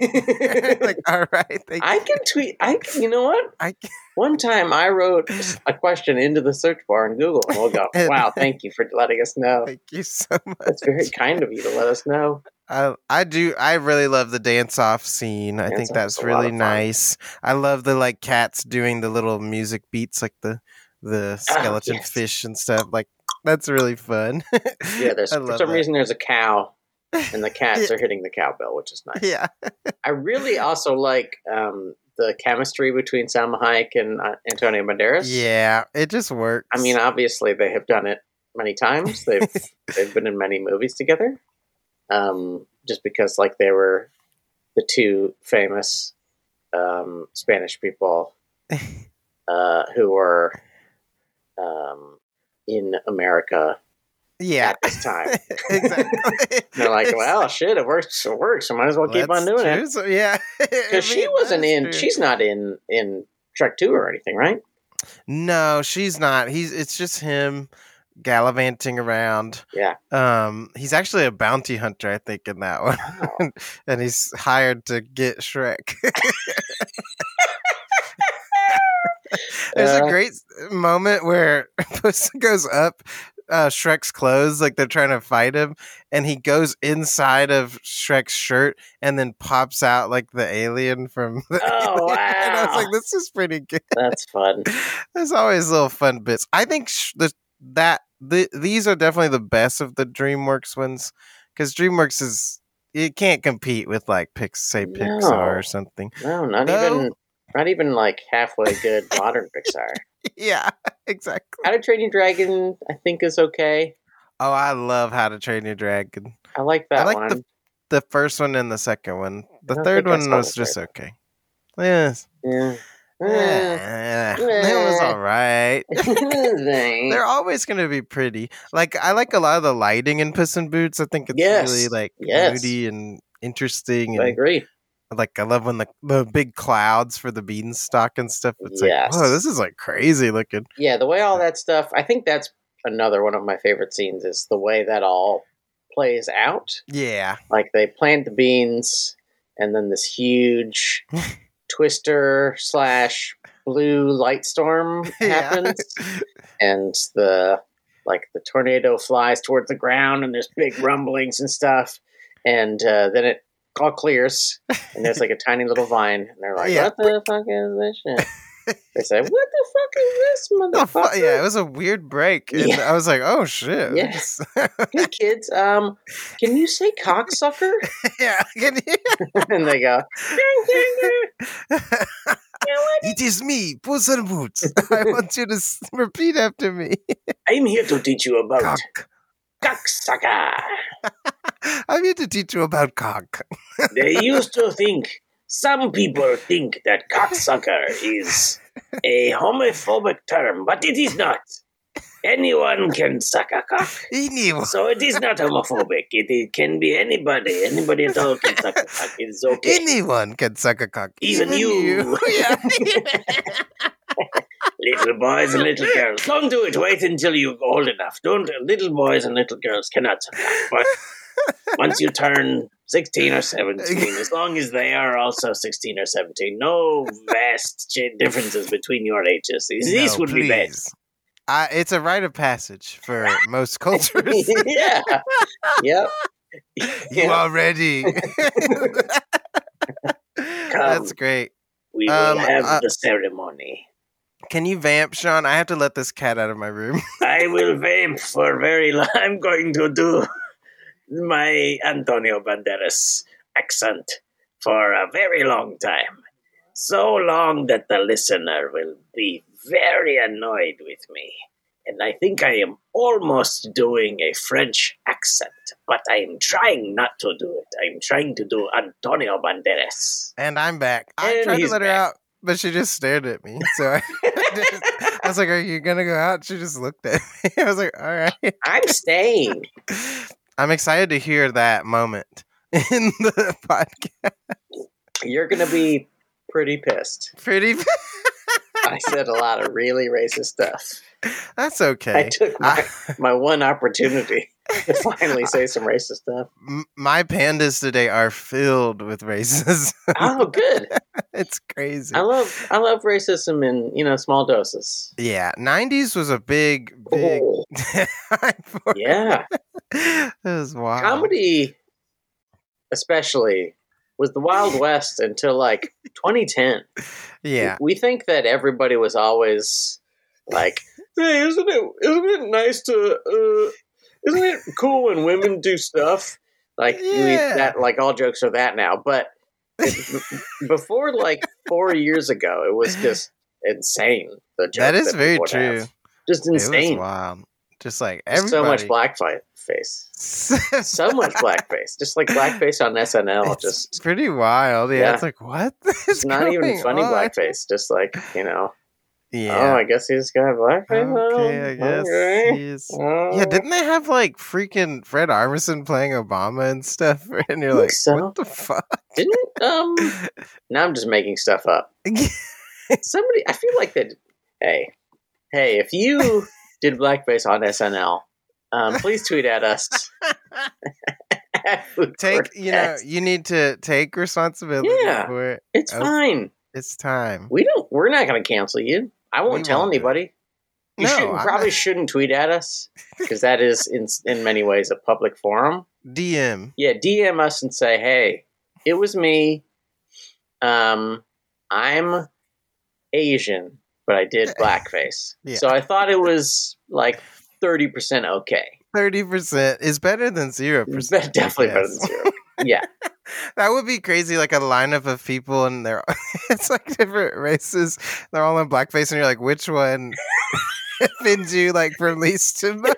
S2: [LAUGHS] like, all right, thank
S1: I can tweet. I can- you know what?
S2: I can-
S1: One time I wrote a question into the search bar in Google. And we'll [LAUGHS] go. Wow, thank you for letting us know.
S2: thank you so much.
S1: That's very kind of you to let us know.
S2: I I do. I really love the dance off scene. I think
S1: Dance-off's
S2: that's
S1: a lot
S2: really
S1: of fun.
S2: nice. I love the like cats doing the little music beats, like the
S1: [LAUGHS]
S2: the skeleton
S1: yes.
S2: fish and stuff. Like that's really fun. [LAUGHS]
S1: Yeah, there's
S2: I
S1: for
S2: love
S1: some
S2: that.
S1: reason there's a cow, and the
S2: [LAUGHS]
S1: cats
S2: Yeah.
S1: are hitting the cowbell, which is nice.
S2: Yeah,
S1: I really also like um, the chemistry between Salma Hayek and uh, Antonio Banderas.
S2: yeah, it just works.
S1: I mean, uh, obviously they have done it many times.
S2: [LAUGHS]
S1: They've they've been in many movies together. Um, just because like they were the two famous um, Spanish
S2: [LAUGHS]
S1: people uh, who were um, in America [LAUGHS]
S2: yeah,
S1: at this time.
S2: exactly.
S1: They're
S2: [LAUGHS]
S1: like, well, shit, it works. It works. I might as well keep on doing it.
S2: So, yeah, [LAUGHS]
S1: Because she wasn't in. She's not in in Trek Two or anything,
S2: [LAUGHS]
S1: right?
S2: No, she's not. He's it's just him gallivanting around.
S1: Yeah.
S2: Um he's actually a bounty hunter, I think, in that [LAUGHS] one.
S1: Wow.
S2: and he's hired to get Shrek. There's
S1: Uh,
S2: a great moment where [LAUGHS] Puss goes up uh, Shrek's clothes, like they're trying to fight him, and he goes inside of Shrek's shirt and then pops out like the alien from [LAUGHS] the
S1: Oh,
S2: Alien. And I was
S1: wow.
S2: like, this is pretty good.
S1: That's fun.
S2: There's always little fun bits. I think sh- the, that the, these are definitely the best of the DreamWorks ones because DreamWorks is it can't compete with like Pix say Pixar
S1: No.
S2: or something. [LAUGHS]
S1: No, not
S2: No.
S1: even not even like halfway good modern Pixar.
S2: Yeah, exactly.
S1: How to Train Your Dragon, I think, is okay.
S2: Oh, I love How to Train Your Dragon.
S1: I like that
S2: I like
S1: one.
S2: the the first one and the second one. The
S1: don't
S2: third
S1: think I
S2: one
S1: saw
S2: was
S1: the
S2: just okay. Yes,
S1: yeah. [LAUGHS]
S2: Eh, [LAUGHS] it was
S1: Eh.
S2: all right. [LAUGHS] They're
S1: They're
S2: always going to be pretty. Like I like a lot of the lighting in Puss in Boots. I think it's
S1: Yes.
S2: really like
S1: Yes.
S2: moody and interesting.
S1: I
S2: And
S1: agree.
S2: like I love when the the big clouds for the beanstalk and stuff. It's
S1: Yes.
S2: like oh, this is like crazy looking.
S1: Yeah, the way all that stuff. I think that's another one of my favorite scenes is the way that all plays out.
S2: Yeah,
S1: Like they plant the beans, and then this huge
S2: [LAUGHS]
S1: twister slash blue light storm
S2: [LAUGHS] Yeah.
S1: happens. and the like the tornado flies towards the ground and there's big rumblings and stuff and uh, then it all clears and there's like a tiny little vine and they're like
S2: Yeah.
S1: what the fuck is this shit they say what the fuck is this
S2: [LAUGHS] The fu-
S1: motherfucker
S2: yeah, it was a weird break, and
S1: Yeah.
S2: I was like, oh shit.
S1: Yeah.
S2: Yes.
S1: hey kids um can you say cocksucker
S2: [LAUGHS] yeah. Can
S1: [LAUGHS]
S2: you-
S1: and they go
S2: it is me, Puss
S1: [LAUGHS]
S2: in Boots. I want you to s- repeat after me.
S1: [LAUGHS] i'm here to teach you about
S2: Cock.
S1: cocksucker
S2: I'm here to teach you about cock.
S1: they used to think some people think that cocksucker is a homophobic term, but it is not. Anyone can suck a cock. [LAUGHS]
S2: Anyone.
S1: So it is not homophobic. It, it can be anybody. Anybody at all can suck a cock. It's okay.
S2: Anyone can suck a cock.
S1: Even you.
S2: [LAUGHS] Yeah.
S1: little boys and
S2: [LAUGHS]
S1: little girls. Don't do it. Wait until you're old enough. Don't. Little boys and little girls cannot suck a cock.
S2: [LAUGHS]
S1: But once you turn 16 or 17, as long as they are also 16 or 17, no vast ch- differences between your ages. [LAUGHS] These
S2: No,
S1: would be bad.
S2: please. I, it's a rite of passage for
S1: [LAUGHS]
S2: most cultures.
S1: yeah. Yep.
S2: You
S1: Yeah.
S2: are ready.
S1: [LAUGHS]
S2: That's great.
S1: We will
S2: um,
S1: have
S2: uh,
S1: the ceremony.
S2: Can you vamp, Sean? I have to let this cat out of my room. [LAUGHS]
S1: I will vamp for very long. [LAUGHS] I'm going to do my Antonio Banderas accent for a very long time. So long that the listener will be very annoyed with me. And I think I am almost doing a French accent, but I am trying not to do it. I'm trying to do Antonio Banderas.
S2: And I'm back. I
S1: And
S2: tried to
S1: he's
S2: let her
S1: back.
S2: out, but she just stared at me. So I, [LAUGHS] just- I was like, Are you going to go out? She just looked at me. [LAUGHS] I was like, All right.
S1: I'm staying.
S2: I'm excited to hear that moment [LAUGHS] in the podcast.
S1: You're going to be pretty pissed.
S2: Pretty.
S1: I said a lot of really racist stuff.
S2: That's
S1: I
S2: okay.
S1: took my,
S2: I,
S1: [LAUGHS] my one opportunity to finally say some racist stuff.
S2: m- my pandas today are filled with racism.
S1: Oh, good.
S2: [LAUGHS] it's crazy.
S1: I love I love racism in you know small doses.
S2: Yeah, 90s was a big, big Uh-huh.
S1: Oh,
S2: time [LAUGHS] for
S1: yeah,
S2: it was wild.
S1: comedy, especially, was the Wild West until like 2010.
S2: Yeah,
S1: we think that everybody was always like, [LAUGHS] "Hey, isn't it isn't it nice to uh, isn't it cool when women do stuff?" Like we,
S2: Yeah.
S1: that, like all jokes are that now. But
S2: [LAUGHS]
S1: it, before, like four years ago, it was just insane. The jokes
S2: that is very
S1: people would
S2: true.
S1: have. Just
S2: It was
S1: insane.
S2: wild. Just like everybody.
S1: So much
S2: [LAUGHS]
S1: blackface. So much blackface. Just like blackface on SNL.
S2: [LAUGHS] it's
S1: just
S2: pretty wild. Yeah,
S1: Yeah.
S2: it's like what? [LAUGHS]
S1: it's not even funny
S2: black.
S1: blackface. Just like you know. Oh,
S2: Yeah.
S1: I guess he's got blackface. on.
S2: okay, I guess.
S1: Okay.
S2: he is- Yeah, didn't they have like freaking Fred Armisen playing Obama and stuff? [LAUGHS] And you're
S1: think
S2: like,
S1: so.
S2: what
S1: [LAUGHS]
S2: the fuck? [LAUGHS]
S1: Didn't um? Now I'm just making stuff up. Somebody, I feel like that. Hey, hey, if you did blackface on SNL, um, please tweet at us.
S2: [LAUGHS]
S1: [LAUGHS]
S2: Take you know,
S1: Yes.
S2: you need to take responsibility
S1: Yeah.
S2: for it.
S1: it's
S2: oh.
S1: fine.
S2: It's time.
S1: We don't. We're not going to cancel you. I won't
S2: We
S1: tell
S2: won't do it.
S1: anybody. You
S2: no,
S1: shouldn't,
S2: I'm [LAUGHS]
S1: probably shouldn't tweet at us because that is in in many ways a public forum.
S2: DM.
S1: yeah dm us and say hey it was me um i'm asian but i
S2: [LAUGHS]
S1: did blackface
S2: Yeah.
S1: so i thought it was like 30% okay
S2: Thirty percent is better than zero percent.
S1: But definitely better than zero yeah
S2: That would be crazy. Like a lineup of people, and they're [LAUGHS] it's like different races. They're all in blackface, and you're like, which one [LAUGHS] offends you? Like from least to most.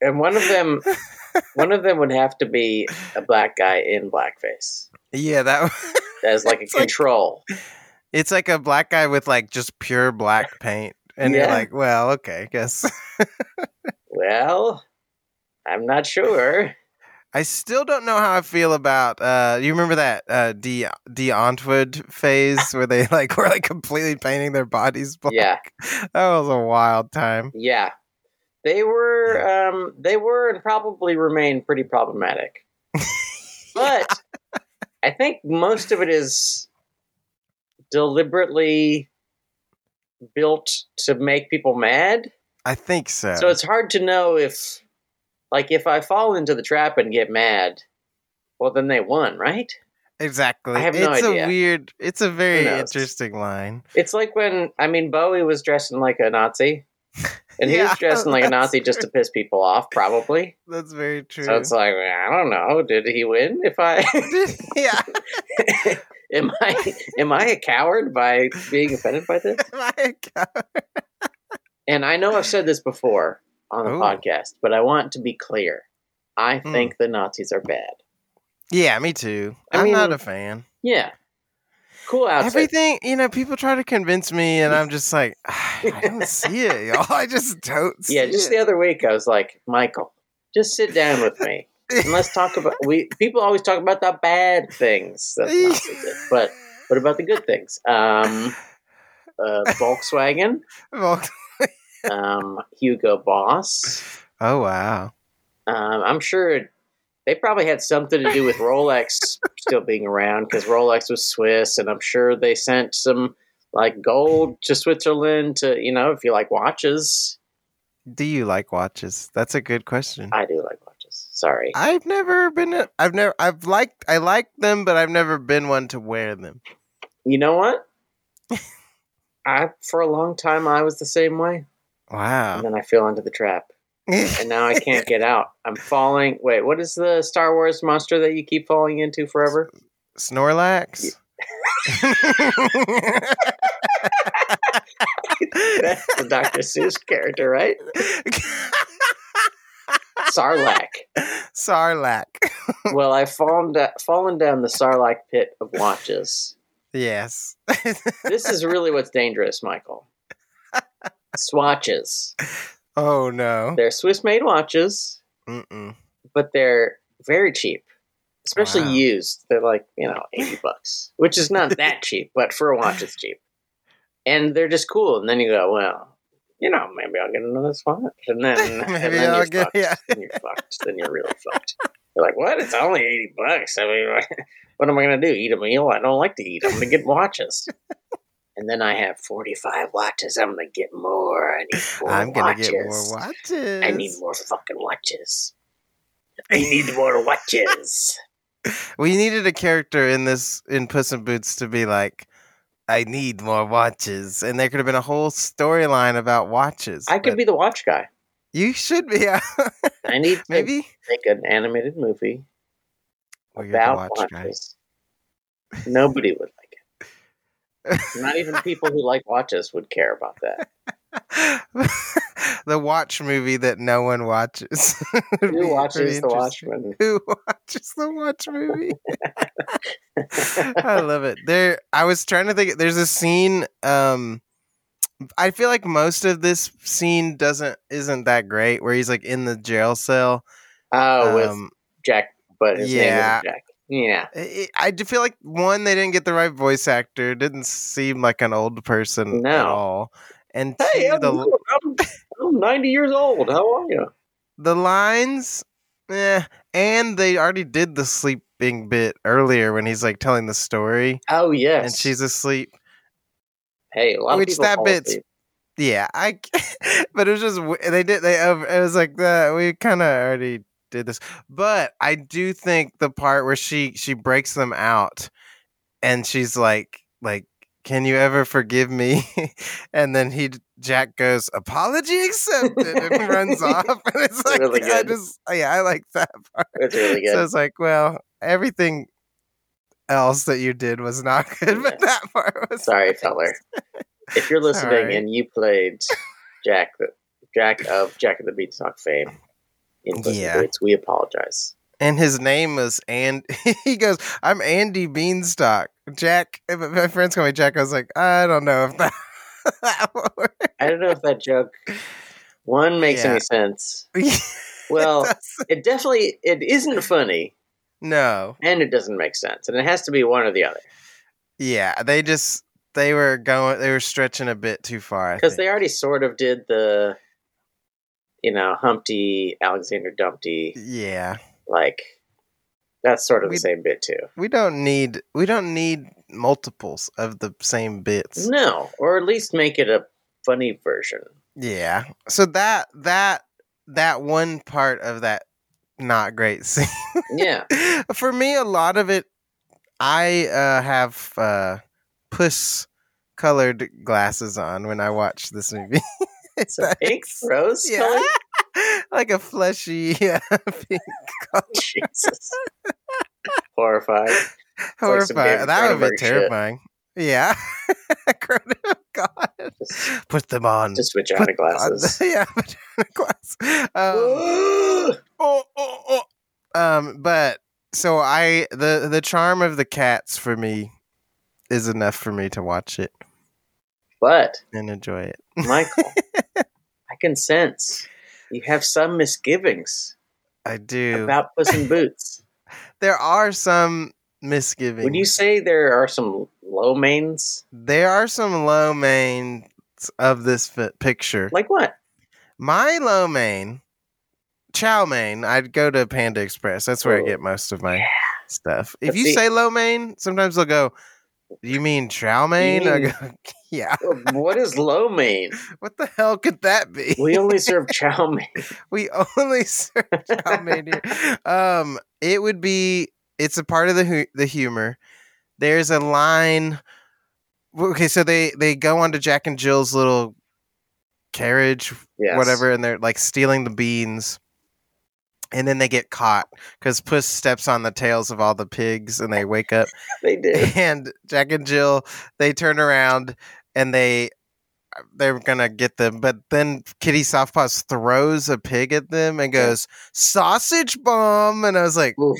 S1: and one of
S2: [LAUGHS]
S1: them one of them would have to be a black guy in blackface
S2: Yeah, that.
S1: as like a
S2: It's like-
S1: control
S2: [LAUGHS] It's like a black guy with like just pure black paint, and you're
S1: Yeah.
S2: like, well, okay, I guess. [LAUGHS]
S1: well i'm not sure
S2: I still don't know how I feel about. uh You remember that uh D D Antwoord phase where they like [LAUGHS] were like completely painting their bodies black.
S1: Yeah.
S2: that was a wild time.
S1: yeah they were um they were and probably remain pretty
S2: [LAUGHS]
S1: problematic but i think most of it is deliberately built to make people mad
S2: I think so.
S1: so it's hard to know if like if i fall into the trap and get mad well then they won right
S2: Exactly.
S1: I have no
S2: it's a
S1: idea.
S2: weird. It's a very
S1: knows?
S2: interesting line.
S1: it's like when i mean bowie was dressing like a nazi and he
S2: [LAUGHS] Yeah,
S1: was dressing like a
S2: that's
S1: nazi just to piss people off probably
S2: That's very true.
S1: So
S2: [LAUGHS]
S1: it's like I don't know. Did he win? If I [LAUGHS]
S2: yeah.
S1: am I am I a coward by being offended by this?
S2: My God.
S1: And I know I've said this before on the
S2: Ooh. Hmm.
S1: podcast, but I want to be clear. I think the Nazis are bad.
S2: Yeah, me too.
S1: I
S2: I'm not
S1: mean-
S2: a fan.
S1: Yeah, Cool outfit.
S2: Everything, you know, people try to convince me, and I'm just like, "Ah, I
S1: [LAUGHS]
S2: don't see it, y'all. I just don't see
S1: yeah, just
S2: it.
S1: the other week I was like, Michael, just sit down with me and let's talk
S2: [LAUGHS]
S1: about. We people always talk about the bad things, That's not what they did. but what about the good things? Um, uh, Volkswagen,
S2: Well,
S1: um, Hugo Boss.
S2: [LAUGHS] oh, wow.
S1: Um, I'm sure they probably had something to do with Rolex still being around because Rolex was Swiss, and I'm sure they sent some like gold to Switzerland to you know if you like watches.
S2: Do you like watches? That's a good question.
S1: I do like watches. Sorry.
S2: I've never been. A, I've never. I've liked. I like them, but I've never been one to wear them.
S1: You know what? I for a long time I was the same way, and
S2: Wow.
S1: then I fell into the trap, and now I can't get out. I'm falling. Wait, what is the Star Wars monster that you keep falling into forever?
S2: [LAUGHS] Snorlax. [LAUGHS]
S1: [LAUGHS] That's the Dr. Seuss character, right? Sarlacc.
S2: [LAUGHS] Sarlacc.
S1: Well, I've fallen da- fallen down the Sarlacc pit of watches.
S2: Yes.
S1: This is really what's dangerous, Michael.
S2: [LAUGHS]
S1: Swatches.
S2: Oh no.
S1: They're Swiss made watches,
S2: Mm-mm.
S1: but they're very cheap, especially
S2: Wow.
S1: used. They're like, you know, 80 bucks, which is not that cheap, but for a watch, it's cheap. And they're just cool. And then you go, well, you know, maybe I'll get another watch. And then, and
S2: [LAUGHS] Maybe
S1: then
S2: I'll
S1: you're
S2: get-
S1: fucked.
S2: yeah.
S1: Then you're fucked. Then you're really fucked. You're like, what? It's only 80 bucks. I mean, [LAUGHS] what am I going to do? Eat a meal? I don't like to eat. I'm going to get watches. And then I have 45 watches. I'm going to get more. I
S2: [LAUGHS]
S1: need more
S2: I'm gonna
S1: watches.
S2: get more watches.
S1: I need more fucking watches. I need more
S2: [LAUGHS]
S1: watches.
S2: we needed a character in this in Puss in Boots to be like, I need more watches, and there could have been a whole storyline about watches.
S1: I could
S2: but
S1: be the watch guy.
S2: You should be.
S1: [LAUGHS]
S2: [LAUGHS] Yeah.
S1: I need to
S2: Maybe.
S1: make an animated movie
S2: Well, you're the
S1: about
S2: watch guy.
S1: watches. Nobody would like
S2: [LAUGHS]
S1: it. Not even people who like watches would care about that.
S2: [LAUGHS] the watch movie that no one watches. [LAUGHS] Would be
S1: Who
S2: pretty
S1: watches the
S2: interesting.
S1: Watchmen?
S2: Who watches the [LAUGHS] watch movie? I love it. There I was trying to think there's a scene um I feel like most of this scene doesn't isn't that great where he's like in the jail cell.
S1: Oh, with
S2: Um,
S1: Jack, but his
S2: yeah.
S1: name is Jack. Yeah,
S2: I I do feel like one they didn't get the right voice actor. It didn't seem like an old person at
S1: No.
S2: all. And
S1: Hey,
S2: two,
S1: I'm,
S2: the
S1: cool. I'm, I'm 90 years old. How are you?
S2: the lines eh, and they already did the sleeping bit earlier when he's like telling the story
S1: Oh, yes.
S2: and she's asleep
S1: hey, a lot
S2: which
S1: of people
S2: that
S1: fall
S2: bit's-
S1: asleep.
S2: yeah i [LAUGHS] but it was just w- they did they over it was like that we kind of already did this but i do think the part where she she breaks them out and she's like like can you ever forgive me [LAUGHS] and then he jack goes apology accepted
S1: [LAUGHS]
S2: and runs off [LAUGHS] and it's like
S1: Really
S2: i
S1: good.
S2: just yeah i like that part
S1: It's really good.
S2: [LAUGHS] So it's like, well, everything else that you did was not [LAUGHS] good, but
S1: Yeah.
S2: that part was
S1: Sorry,
S2: [LAUGHS]
S1: feller. If you're listening
S2: Sorry.
S1: and you played Jack, the, Jack of Jack of the Beanstalk fame in Puss
S2: Yeah.
S1: in Boots, we apologize.
S2: And his name was and [LAUGHS] he goes, I'm Andy Beanstalk. Jack, if my friends call me Jack. I was like, I don't know if that. [LAUGHS] that will work."
S1: I don't know if that joke one makes
S2: Yeah.
S1: any
S2: [LAUGHS]
S1: sense. Well, it definitely it isn't funny,
S2: no,
S1: and it doesn't make sense, and it has to be one or the other
S2: yeah, they just they were going, they were stretching a bit too far. I
S1: because
S2: think.
S1: they already sort of did the, you know, Humpty Alexander
S2: Hmm.
S1: Dumpty
S2: yeah,
S1: like that's sort of
S2: We-
S1: the same bit too.
S2: we don't need we don't need multiples of the same bits.
S1: No, or at least make it a funny
S2: [LAUGHS]
S1: version.
S2: Yeah. So that that that one part of that not great [LAUGHS] scene
S1: Yeah.
S2: [LAUGHS] for me, a lot of it, I uh, have uh, puss colored glasses on when I watch this movie. [LAUGHS]
S1: It's
S2: it's
S1: a
S2: like-
S1: pink rose
S2: yeah.
S1: color?
S2: like a fleshy [LAUGHS] yeah, pink
S1: [LAUGHS]
S2: [LAUGHS]
S1: Jesus. Horrified.
S2: Hmm.
S1: like some
S2: horrifying.
S1: David
S2: that would be
S1: Cronenberg shit.
S2: terrifying. Yeah. [LAUGHS] Cronenberg, [LAUGHS] God.
S1: Just,
S2: Put them on.
S1: just switch out of
S2: on the-
S1: glasses.
S2: [LAUGHS] yeah, put them on the glass. Um,
S1: Ooh.
S2: oh, oh, oh. Um, but so I the the charm of the cats for me is enough for me to watch it
S1: [GASPS] But
S2: and enjoy it. [LAUGHS]
S1: Michael, I can sense you have some misgivings
S2: I do.
S1: about Puss in Boots.
S2: there are some misgivings.
S1: Would you say there are some low mains?
S2: there are some low mains of this fi- picture.
S1: Like what?
S2: My low main, chow mein, I'd go to Panda Express. That's where I
S1: Oh.
S2: get most of my stuff. If
S1: But
S2: you
S1: see-
S2: say low main, sometimes they'll go, You mean chow mein? I
S1: mean-
S2: go, [LAUGHS] yeah.
S1: What is low
S2: [LAUGHS]
S1: main?
S2: What the hell could that be?
S1: We only serve chow mein.
S2: We [LAUGHS] only search how many. Um, it would be. It's a part of the hu- the humor. There's a line. Okay, so they they go onto Jack and Jill's little carriage,
S1: Yes.
S2: whatever, and they're like stealing the beans, and then they get caught because Puss steps on the tails of all the pigs, and they wake up
S1: They did.
S2: [LAUGHS] and Jack and Jill they turn around and they they're gonna get them, but then Kitty Softpaws throws a pig at them and goes sausage bomb, and I was like,
S1: Oof.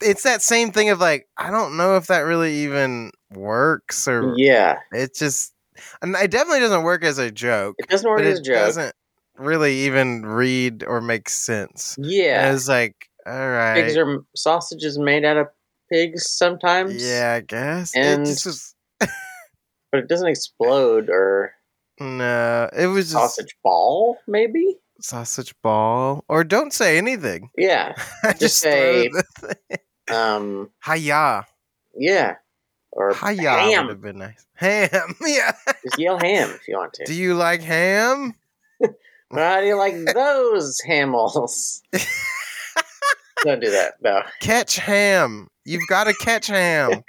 S2: it's that same thing of like I don't know if that really even works or
S1: Yeah.
S2: it's just, and it definitely doesn't work as a joke,
S1: It doesn't work
S2: but
S1: as a
S2: it
S1: joke.
S2: doesn't really even read or make sense. And
S1: Yeah.
S2: it was like, all right,
S1: pigs are sausages made out of pigs sometimes.
S2: yeah, I guess
S1: and-
S2: it just was,
S1: But it doesn't explode or
S2: no, it was just
S1: sausage ball, maybe?
S2: sausage ball or don't say anything [LAUGHS]
S1: Yeah.
S2: I
S1: Just say-
S2: throw the [LAUGHS] thing.
S1: Um
S2: hiya
S1: yeah. Or
S2: hiya
S1: ham.
S2: would have been nice [LAUGHS] ham yeah
S1: Just yell ham if you want to.
S2: do you like ham
S1: But how do you
S2: [LAUGHS]
S1: like those hamels? Don't do that. No.
S2: catch ham you've got to
S1: [LAUGHS]
S2: catch ham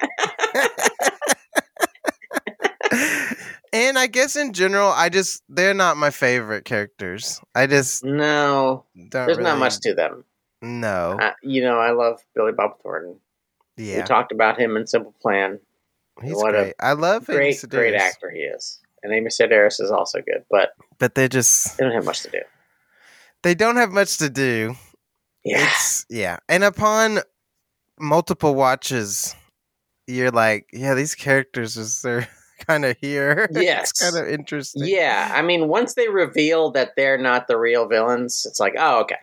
S2: and i guess in general i just they're not my favorite characters i just
S1: No.
S2: don't
S1: Mm, There's not
S2: really-
S1: much to them.
S2: no
S1: Uh, you know, I love Billy Bob Thornton. We
S2: yeah
S1: talked about him in Simple Plan.
S2: he's
S1: what a
S2: great i love Amy
S1: Great, great
S2: Sedaris,
S1: actor he is. And Amy Sedaris is also good, but
S2: but they just
S1: they don't have much to do.
S2: they don't have much to do
S1: Yeah.
S2: It's yeah. And upon multiple watches, you're like, yeah, these characters just they're [LAUGHS] kind of here. [LAUGHS]
S1: Yes.
S2: it's kind of interesting.
S1: Yeah. I mean, once they reveal that they're not the real villains, it's like, oh, okay.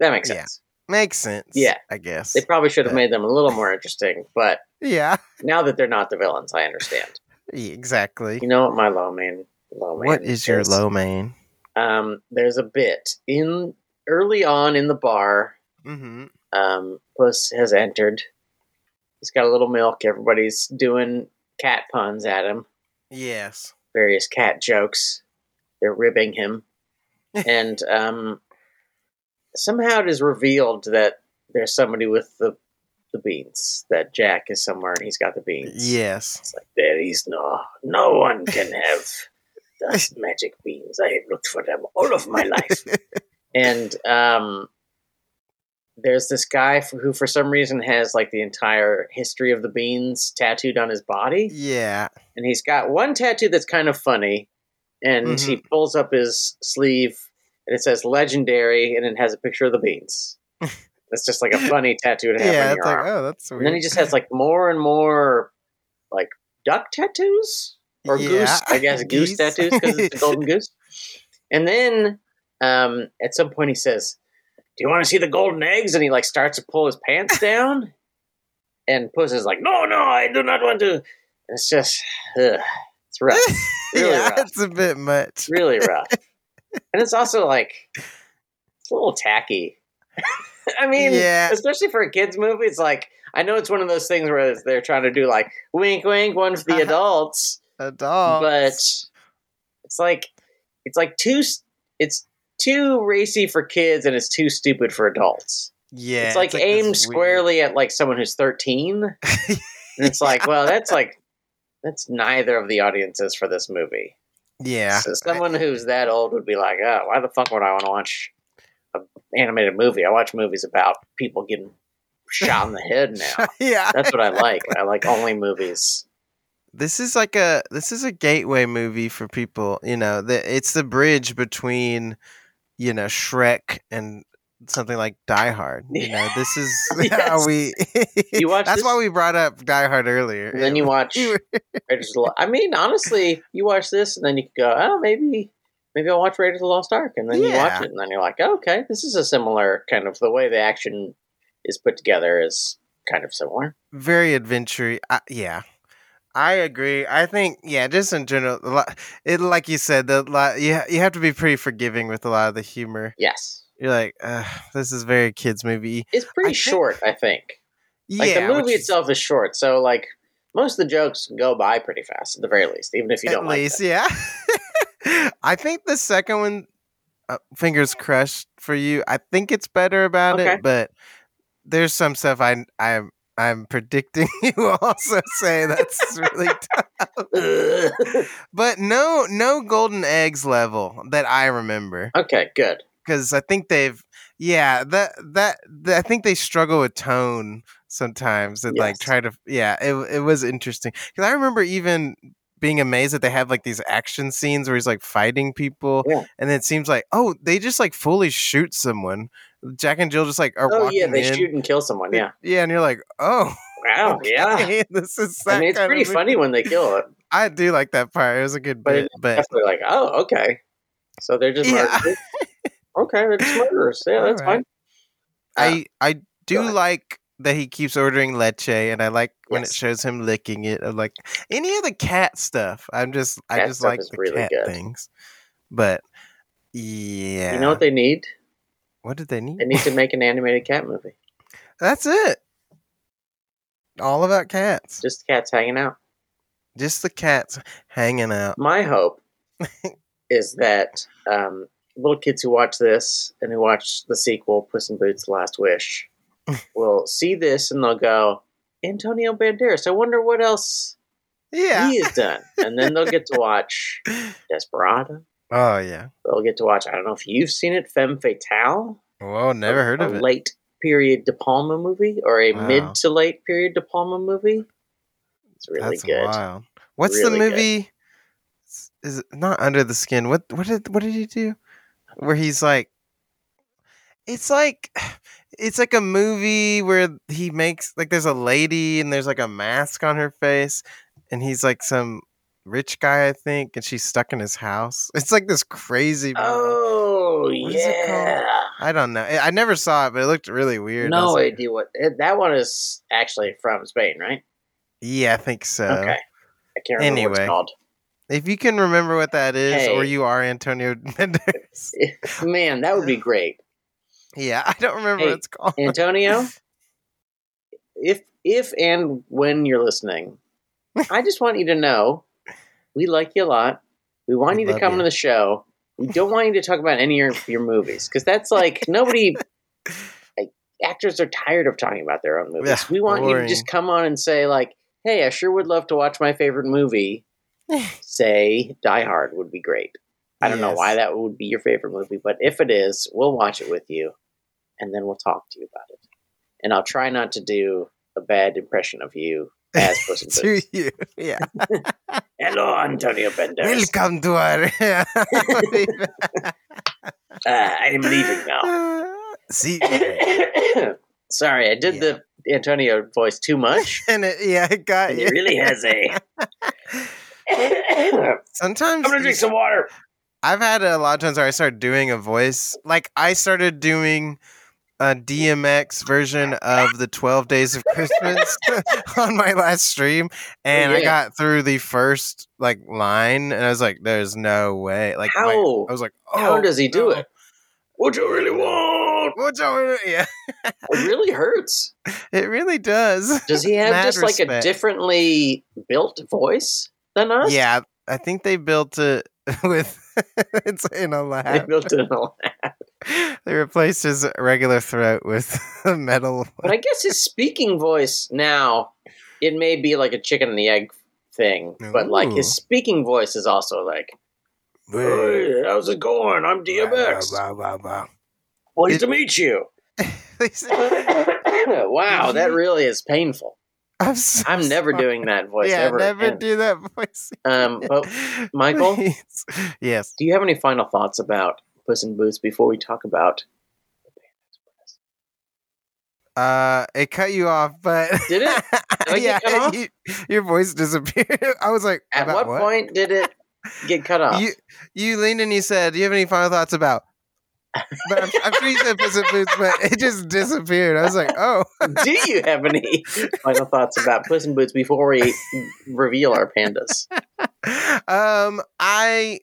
S1: That makes
S2: Yeah.
S1: sense.
S2: makes sense.
S1: Yeah.
S2: I guess.
S1: They probably should have
S2: Yeah.
S1: made them a little more interesting, but
S2: yeah, [LAUGHS]
S1: now that they're not the villains, I understand.
S2: Yeah, exactly.
S1: You know what my low man low man
S2: what is your low main?
S1: Um there's a bit in early on in the bar,
S2: Mm-hmm.
S1: um, Puss has entered. He's got a little milk, everybody's doing cat puns at him,
S2: Yes.
S1: various cat jokes. They're ribbing him. and um somehow it is revealed that there's somebody with the the beans, that Jack is somewhere and he's got the beans.
S2: Yes.
S1: It's like there is no no one can have those
S2: [LAUGHS]
S1: magic beans. I have looked for them all of my life. and um there's this guy f- who for some reason has like the entire history of the beans tattooed on his
S2: Mm.
S1: body
S2: Yeah.
S1: and he's got one tattoo that's kind of funny and
S2: Mm-hmm.
S1: he pulls up his sleeve and it says legendary and it has a picture of the
S2: [LAUGHS]
S1: beans that's just like a funny tattoo to have
S2: Yeah.
S1: on
S2: It's
S1: your
S2: like,
S1: arm
S2: oh, that's weird.
S1: and then he just has like more and more like duck tattoos or
S2: Yeah.
S1: goose, I guess
S2: [LAUGHS]
S1: goose tattoos because it's a [LAUGHS] golden goose. And then um, at some point he says, "Do you want to see the golden eggs?" And he like starts to pull his [LAUGHS] pants down, and Puss is like, "No, no, I do not want to." And it's just, ugh, it's [LAUGHS] rough, really
S2: yeah,
S1: rough,
S2: it's a bit much.
S1: really rough. And it's also like it's a little tacky. [LAUGHS] I mean,
S2: yeah.
S1: [LAUGHS] especially for a kids movie it's like i know it's one of those things where they're trying to do like wink wink one for the adults
S2: Adult.
S1: but it's like it's like too s- it's too racy for kids and it's too stupid for adults
S2: yeah,
S1: it's like,
S2: this
S1: aimed
S2: weird-
S1: squarely at like someone who's 13 and it's like well that's like that's neither of the audiences for this movie
S2: Yeah.
S1: so someone who's that old would be like, oh, why the fuck would I want to watch an animated movie? I watch movies about people getting shot in the head
S2: [LAUGHS]
S1: now. [LAUGHS]
S2: yeah.
S1: That's what I like. I like only movies.
S2: this is like a this is a gateway movie for people you know the, it's the bridge between you know shrek and something like Die Hard. You know,
S1: [LAUGHS]
S2: this is [LAUGHS]
S1: Yes.
S2: how we.
S1: [LAUGHS] You watch
S2: That's
S1: this-
S2: why we brought up Die Hard earlier.
S1: And then you watch
S2: [LAUGHS]
S1: Raiders of the Lost. I mean, honestly, you watch this, and then you could go, oh, maybe, maybe I'll watch Raiders of the Lost Ark, and then you
S2: Yeah.
S1: watch it, and then you're like, oh, okay, this is a similar kind of the way the action is put together is kind of similar.
S2: very adventure. Uh, yeah, I agree. I think yeah, just in general, a lot- it like you said, the lot you ha- you have to be pretty forgiving with a lot of the humor.
S1: Yes,
S2: You're like, Ugh, this is very kids movie.
S1: it's pretty
S2: I think-
S1: short. I think like
S2: yeah,
S1: the
S2: which
S1: movie
S2: is-
S1: itself is short, so like most of the jokes go by pretty fast at the very least, even if you
S2: at
S1: don't
S2: least,
S1: like.
S2: yeah. [LAUGHS] I think the second one, uh, fingers crushed for you. I think it's better about
S1: Okay.
S2: it, but there's some stuff I I'm I'm predicting [LAUGHS] you will also say that's
S1: [LAUGHS]
S2: really
S1: them. [LAUGHS]
S2: But no, no golden eggs level that I remember
S1: okay, good.
S2: because I think they've, yeah, that that that- I think they struggle with tone sometimes and like
S1: Yes.
S2: try to, yeah, it it was interesting because I remember even being amazed that they have like these action scenes where he's like fighting people
S1: Yeah.
S2: and it seems like oh they just like fully shoot someone. Jack and Jill just like are
S1: Oh
S2: walking
S1: yeah, they
S2: in.
S1: shoot and kill someone.
S2: [LAUGHS]
S1: Yeah.
S2: yeah, and you're like oh [LAUGHS]
S1: Wow. Yeah.
S2: okay, this is that
S1: I mean, it's
S2: kind of
S1: pretty
S2: movie.
S1: funny when they kill
S2: [LAUGHS]
S1: it.
S2: I do like that part. It was a good
S1: But
S2: bit,
S1: it-
S2: but
S1: definitely like, oh, okay. So they're just
S2: Yeah.
S1: murderers. okay, they're just murderers. Yeah, that's
S2: Alright.
S1: fine.
S2: I I do
S1: Uh, ahead.
S2: like that he keeps ordering leche, and I like when it
S1: Yes.
S2: shows him licking it. i like any of the cat stuff. I'm just I
S1: Cat
S2: just
S1: stuff
S2: like
S1: is
S2: the
S1: really
S2: cat
S1: good.
S2: things. But yeah,
S1: You know what they need?
S2: what did they need?
S1: They need to make an animated cat movie.
S2: That's it. All about cats. Just,
S1: Just cats hanging out.
S2: the cats hanging out.
S1: My
S2: [LAUGHS]
S1: hope is that um, little kids who watch this and who watch the sequel, Puss in Boots: The Last
S2: [LAUGHS]
S1: Wish, will see this and they'll go, Antonio Banderas. I wonder what else
S2: Yeah.
S1: he has done. And then they'll get to
S2: [LAUGHS]
S1: watch Desperado.
S2: Oh yeah.
S1: They'll get to watch. I don't know if you've seen it, Femme Fatale.
S2: Whoa, never heard
S1: a
S2: of it.
S1: Late period De Palma movie or a
S2: Wow.
S1: mid to late period De Palma movie. It's really
S2: That's
S1: good.
S2: wild. What's
S1: Really
S2: the
S1: good.
S2: movie? s- Is it not under the skin? What what did what did he do? Where he's like, it's like, [SIGHS] it's like a movie where he makes like there's a lady and there's like a mask on her face, and he's like some rich guy I think, and she's stuck in his house. It's like this crazy. Movie.
S1: Oh
S2: What is it called?
S1: yeah.
S2: I don't know. I I never saw it, but it looked really weird. I was
S1: No
S2: like,
S1: idea what it- that one is actually from Spain, right?
S2: Yeah, I think so.
S1: okay. I can't remember what
S2: anyway.
S1: it's called.
S2: If you can remember what that is, or
S1: Hey.
S2: you are Antonio [LAUGHS] Banderas.
S1: Man, that would be great.
S2: Yeah, I don't remember
S1: Hey,
S2: what it's called.
S1: Antonio, if if and when you're listening, I just want you to know we like you a lot. We want
S2: We
S1: you to
S2: love
S1: come
S2: you.
S1: to the show. We don't want you to talk about any of your, your movies because that's like nobody. Like, actors are tired of talking about their own movies.
S2: Yeah,
S1: we want you to
S2: boring.
S1: just come on and say like, "Hey, I sure would love to watch my favorite
S2: [LAUGHS]
S1: movie." say Die Hard would be great. I don't know
S2: Yes.
S1: why that would be your favorite movie, but if it is, we'll watch it with you and then we'll talk to you about it. And I'll try not to do a bad impression of you as
S2: [LAUGHS]
S1: Puss in
S2: to
S1: Boots.
S2: you.
S1: [LAUGHS]
S2: Yeah.
S1: Hello, Antonio Banderas.
S2: Welcome to our. [LAUGHS]
S1: [LAUGHS] Uh, I am leaving
S2: [LAUGHS]
S1: [LAUGHS]
S2: See,
S1: now. [COUGHS] Sorry, I did the Antonio voice too
S2: [LAUGHS]
S1: much.
S2: and it, yeah, it got
S1: And it
S2: you.
S1: really has a. [COUGHS] I'm
S2: [LAUGHS] Sometimes
S1: gonna drink
S2: you-
S1: some water.
S2: I've had a lot of times where I start doing a voice. Like I started doing a DMX version of the Twelve Days of Christmas [LAUGHS] on my last stream, and I
S1: Oh, Yeah.
S2: got through the first like line, and I was like, "There's no way!" Like my-
S1: How?
S2: I was like, oh,
S1: How does he do
S2: no.
S1: it? What you really want?
S2: What's over there? Yeah,
S1: It really hurts.
S2: it really does.
S1: Does he have
S2: Mad
S1: just like a
S2: respect.
S1: differently built voice than us?
S2: Yeah, I think they built it [LAUGHS] with it's in a
S1: [LAUGHS] They
S2: lab.
S1: built it all.
S2: They replaced his regular throat with [LAUGHS] a metal. [LAUGHS]
S1: But I guess his speaking voice now, it may be like a chicken and the egg thing, but like
S2: Ooh.
S1: his speaking voice is also like, hey, how's it going? I'm DMX.
S2: [LAUGHS]
S1: Pleased to meet you. [LAUGHS] wow,
S2: [LAUGHS]
S1: that really is painful.
S2: I'm, so
S1: I'm never
S2: sorry.
S1: doing that voice
S2: Yeah,
S1: ever
S2: never
S1: again.
S2: do that voice.
S1: Um, but
S2: [LAUGHS]
S1: Michael?
S2: Please. yes.
S1: do you have any final thoughts about Puss in Boots before we talk about
S2: Uh, it cut you off, but [LAUGHS]
S1: Did it? Did I get
S2: yeah,
S1: cut off?
S2: you- your voice disappeared. [LAUGHS] I was like,
S1: At
S2: about
S1: what, point did it get cut off?
S2: You you leaned and you said, "Do you have any final thoughts about?" But I'm, I'm sure you said Puss in Boots, but it just disappeared. I was like, "Oh,
S1: [LAUGHS] Do you have any
S2: [LAUGHS]
S1: final thoughts about Puss in Boots before we reveal our pandas?
S2: um, I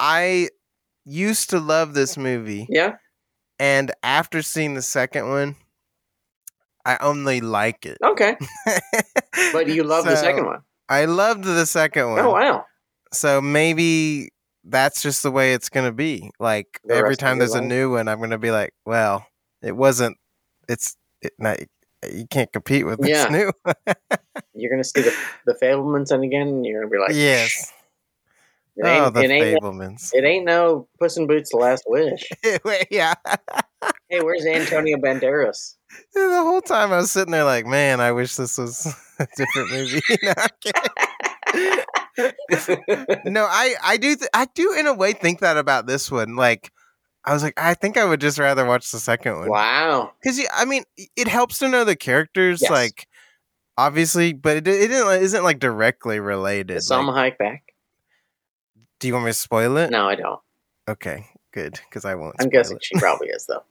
S2: I used to love this movie,
S1: Yeah.
S2: and after seeing the second one, I only like it."
S1: Okay. But you love the
S2: So,
S1: second one.
S2: I loved the second one.
S1: Oh wow.
S2: so maybe that's just the way it's gonna be. Like
S1: The
S2: every
S1: rest of
S2: time
S1: your
S2: there's a
S1: life.
S2: new one, I'm gonna be like, well, it wasn't. It's it, not, you can't compete with this
S1: Yeah.
S2: new. One.
S1: You're gonna see the the Fablemans and again, and you're gonna be like,
S2: yes.
S1: it ain't,
S2: Oh, the
S1: it, ain't
S2: Fablemans. [LAUGHS]
S1: it ain't no Puss in Boots: The Last Wish.
S2: yeah. [LAUGHS]
S1: hey, where's Antonio Banderas? [LAUGHS]
S2: The whole time I was sitting there like, man, I wish this was [LAUGHS] a different movie. [LAUGHS] no, I'm kidding. No, I I do th- I do in a way think that about this one. Like, I was like, I think I would just rather watch the second one.
S1: wow.
S2: because I mean, i- it helps to know the characters,
S1: Yes.
S2: like obviously, but it, it isn't, isn't like directly related.
S1: Is Salma
S2: like-
S1: Hayek back?
S2: do you want me to spoil it?
S1: No, I
S2: [LAUGHS]
S1: don't.
S2: Okay, good, because I won't.
S1: I'm
S2: spoil
S1: guessing
S2: it.
S1: she probably is
S2: [LAUGHS]
S1: though.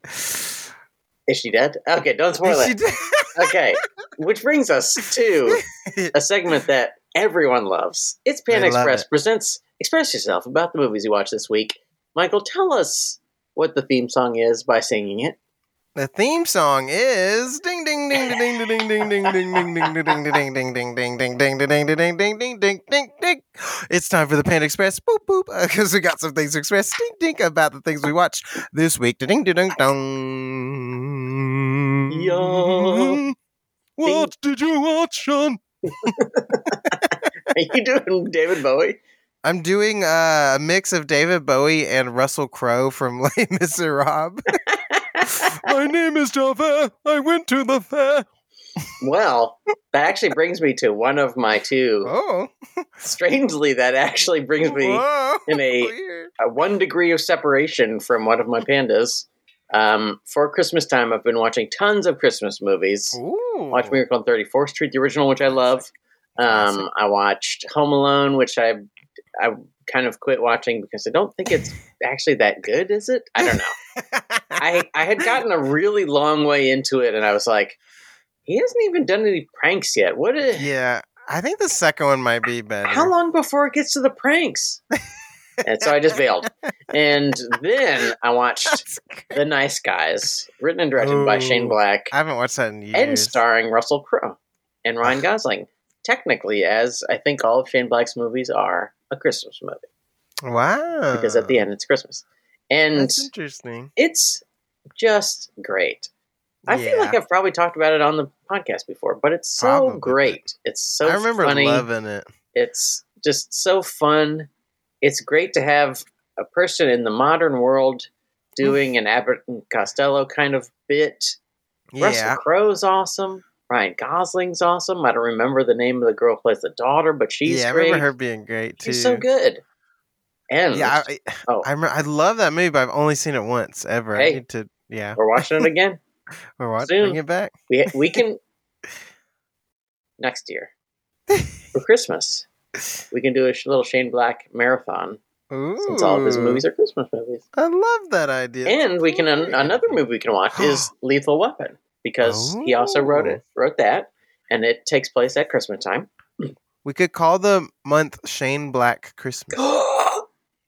S1: Is she dead? Okay, don't spoil
S2: She
S1: it.
S2: did-
S1: Okay, which brings us
S2: [LAUGHS]
S1: to a segment that everyone loves. It's Pan
S2: They love
S1: Express
S2: it.
S1: presents Express Yourself about the movies you watched this week. Michael, tell us what the theme song is by singing it.
S2: the theme song is ding ding ding ding ding ding ding ding ding ding ding ding ding ding ding ding ding ding ding ding ding ding ding ding ding ding. It's time for the Pan Express. Boop boop, because we got some things to express. Ding ding about the things we watched this week. Ding ding ding dong.
S1: Yo.
S2: What did you watch, Sean?
S1: Are you doing [LAUGHS] David Bowie?
S2: I'm doing uh, a mix of David Bowie and Russell Crowe from Les Miserables. My name is Javert. I went to the fair.
S1: Well, that actually brings me to one of my two.
S2: Oh.
S1: Strangely, that actually brings me
S2: Whoa.
S1: in a,
S2: Weird.
S1: a one degree of separation from one of my pandas. Um, for Christmas time, I've been watching tons of Christmas movies.
S2: Ooh.
S1: Watch [LAUGHS] Miracle on 34th Street, the original, which I love. Um,
S2: Classic.
S1: I watched Home Alone, which I I kind of quit watching because I don't think it's actually that good, is it? I don't know. I I had gotten a really long way into it, and I was like, he hasn't even done any pranks yet. What? Is,
S2: yeah, I think the second one might be better.
S1: How long before it gets to the pranks? and so I just bailed. And then I watched
S2: [LAUGHS] That's great.
S1: The Nice Guys, written and directed by
S2: Ooh.
S1: Shane Black.
S2: I haven't watched that in years.
S1: and starring Russell Crowe and
S2: [LAUGHS]
S1: Ryan Gosling. Technically, as I think all of Shane Black's movies are a Christmas movie
S2: Wow.
S1: because at the end it's Christmas, and
S2: Uh. That's interesting.
S1: it's just great. I feel like
S2: Yeah.
S1: I've probably talked about it on the podcast before, but it's so
S2: Probably, but-
S1: great. It's so
S2: I remember
S1: funny.
S2: loving it.
S1: It's just so fun. It's great to have a person in the modern world doing an Abbott and Costello kind of bit.
S2: Yeah.
S1: Russell Crowe's awesome. Ryan Gosling's awesome. I don't remember the name of the girl who plays the daughter, but she's
S2: yeah, I
S1: great.
S2: remember her being great too.
S1: she's so good. And
S2: Yeah, I, I,
S1: oh,
S2: I, remember, I love that movie, but I've only seen it once ever.
S1: Hey.
S2: I need to, yeah,
S1: [LAUGHS] we're watching it again.
S2: or watch,
S1: Soon.
S2: bring it back.
S1: We we
S2: [LAUGHS]
S1: can next year for Christmas. We can do a sh- little Shane Black marathon
S2: Ooh,
S1: since all of his movies are Christmas movies.
S2: I love that idea.
S1: and we can
S2: Oh,
S1: an- another movie we can watch
S2: [GASPS]
S1: is Lethal Weapon because he also wrote it
S2: Oh.
S1: wrote that, and it takes place at Christmas time.
S2: We could call the month Shane Black Christmas.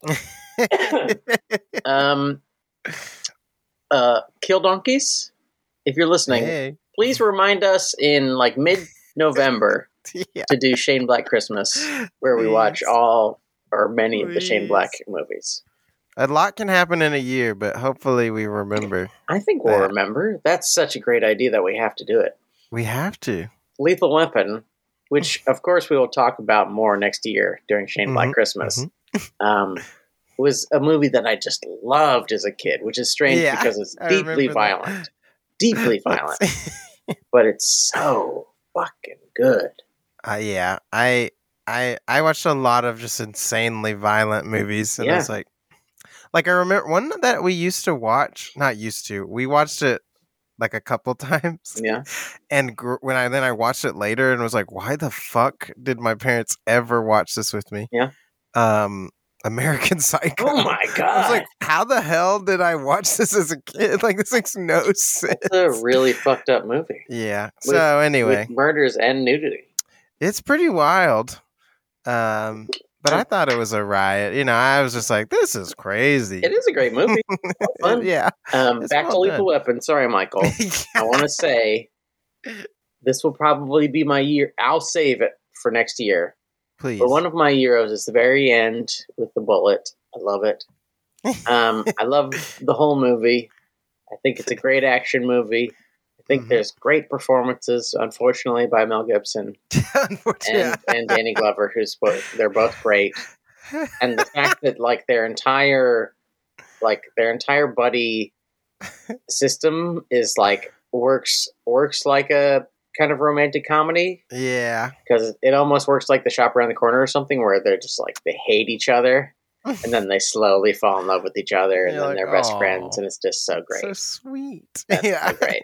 S1: [LAUGHS] um, uh, kill donkeys. If you're listening,
S2: Hey.
S1: please remind us in like mid-November
S2: [LAUGHS] Yeah.
S1: to do Shane Black Christmas, where we watch
S2: Please.
S1: all or many of the Shane
S2: Please.
S1: Black movies.
S2: A lot can happen in a year, but hopefully we remember.
S1: I think we'll
S2: Yeah.
S1: remember. That's such a great idea that we have to do it.
S2: We have to.
S1: Lethal Weapon, which
S2: Oh.
S1: of course we will talk about more next year during Shane Black
S2: Mhm,
S1: Christmas, [LAUGHS] um, was a movie that I just loved as a kid, which is strange
S2: Yeah,
S1: because it's
S2: [LAUGHS] I
S1: deeply
S2: remember that.
S1: violent.
S2: [LAUGHS]
S1: Deeply violent.
S2: That's-
S1: but it's so fucking good.
S2: uh, yeah, I I I watched a lot of just insanely violent movies, and I was like, like I remember one that we used to watch, not used to. We watched it like a couple [LAUGHS] times.
S1: Yeah.
S2: And gr- when I then I watched it later and was like, why the fuck did my parents ever watch this with me?
S1: Yeah.
S2: Um, American [LAUGHS] Psycho.
S1: Oh my
S2: I was
S1: god,
S2: like, how the hell did I watch this as a kid? [LAUGHS] Like, this makes no sense.
S1: it's a really fucked up movie
S2: Yeah.
S1: With-
S2: So anyway,
S1: with murders and nudity.
S2: it's pretty wild. Um, but I thought it was a riot. You know, I was just like, this is crazy. Uh,
S1: It is a great movie. Well fun.
S2: Yeah.
S1: Um,
S2: It's
S1: back
S2: well
S1: to Lethal
S2: done.
S1: Weapon. Sorry, Michael. I want to say this will probably be my year. I'll save it for next year.
S2: [LAUGHS] Please.
S1: But one
S2: [LAUGHS]
S1: of my heroes is the very end with the bullet. I love it. Um, I love the whole movie. I think it's a great action movie. I think
S2: Mhm.
S1: there's great performances, unfortunately, by Mel Gibson
S2: [LAUGHS]
S1: and,
S2: Unfortunately.
S1: and Danny Glover, who's both, they're both great. And the fact that like their entire like their entire buddy system is like works works like a kind of romantic comedy
S2: Yeah.
S1: because it almost works like the shop around the corner or something where they're just like they hate each other and then they slowly fall in love with each
S2: [LAUGHS]
S1: other and
S2: You're
S1: then
S2: like,
S1: they're best
S2: "Aw,
S1: friends and it's just so great
S2: So sweet. [LAUGHS]
S1: That's
S2: yeah.
S1: so great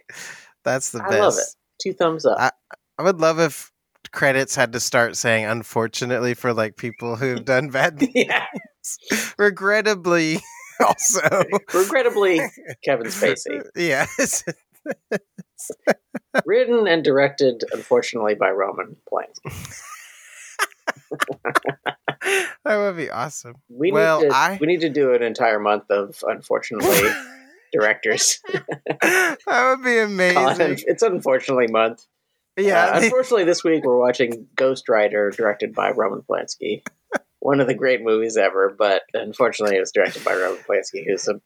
S2: That's the
S1: I
S2: best.
S1: love it. two thumbs up [LAUGHS]
S2: [LAUGHS] I- I would love if credits had to start saying unfortunately for like people who've done bad
S1: [LAUGHS]
S2: things.
S1: yeah
S2: regrettably [LAUGHS] also
S1: regrettably kevin spacey
S2: [LAUGHS]
S1: [LAUGHS]
S2: yes
S1: written and directed unfortunately by roman polanski
S2: that would be awesome
S1: we
S2: Well,
S1: need to
S2: I-
S1: we need to do an entire month of
S2: [LAUGHS]
S1: unfortunately directors [LAUGHS]
S2: that would be
S1: Colin,
S2: amazing
S1: it's unfortunately month
S2: yeah
S1: [LAUGHS] Uh, unfortunately, this week we're watching Ghost Rider, directed by Roman Polanski. One of the great movies ever, but unfortunately, it was directed by Roman Polanski, who's a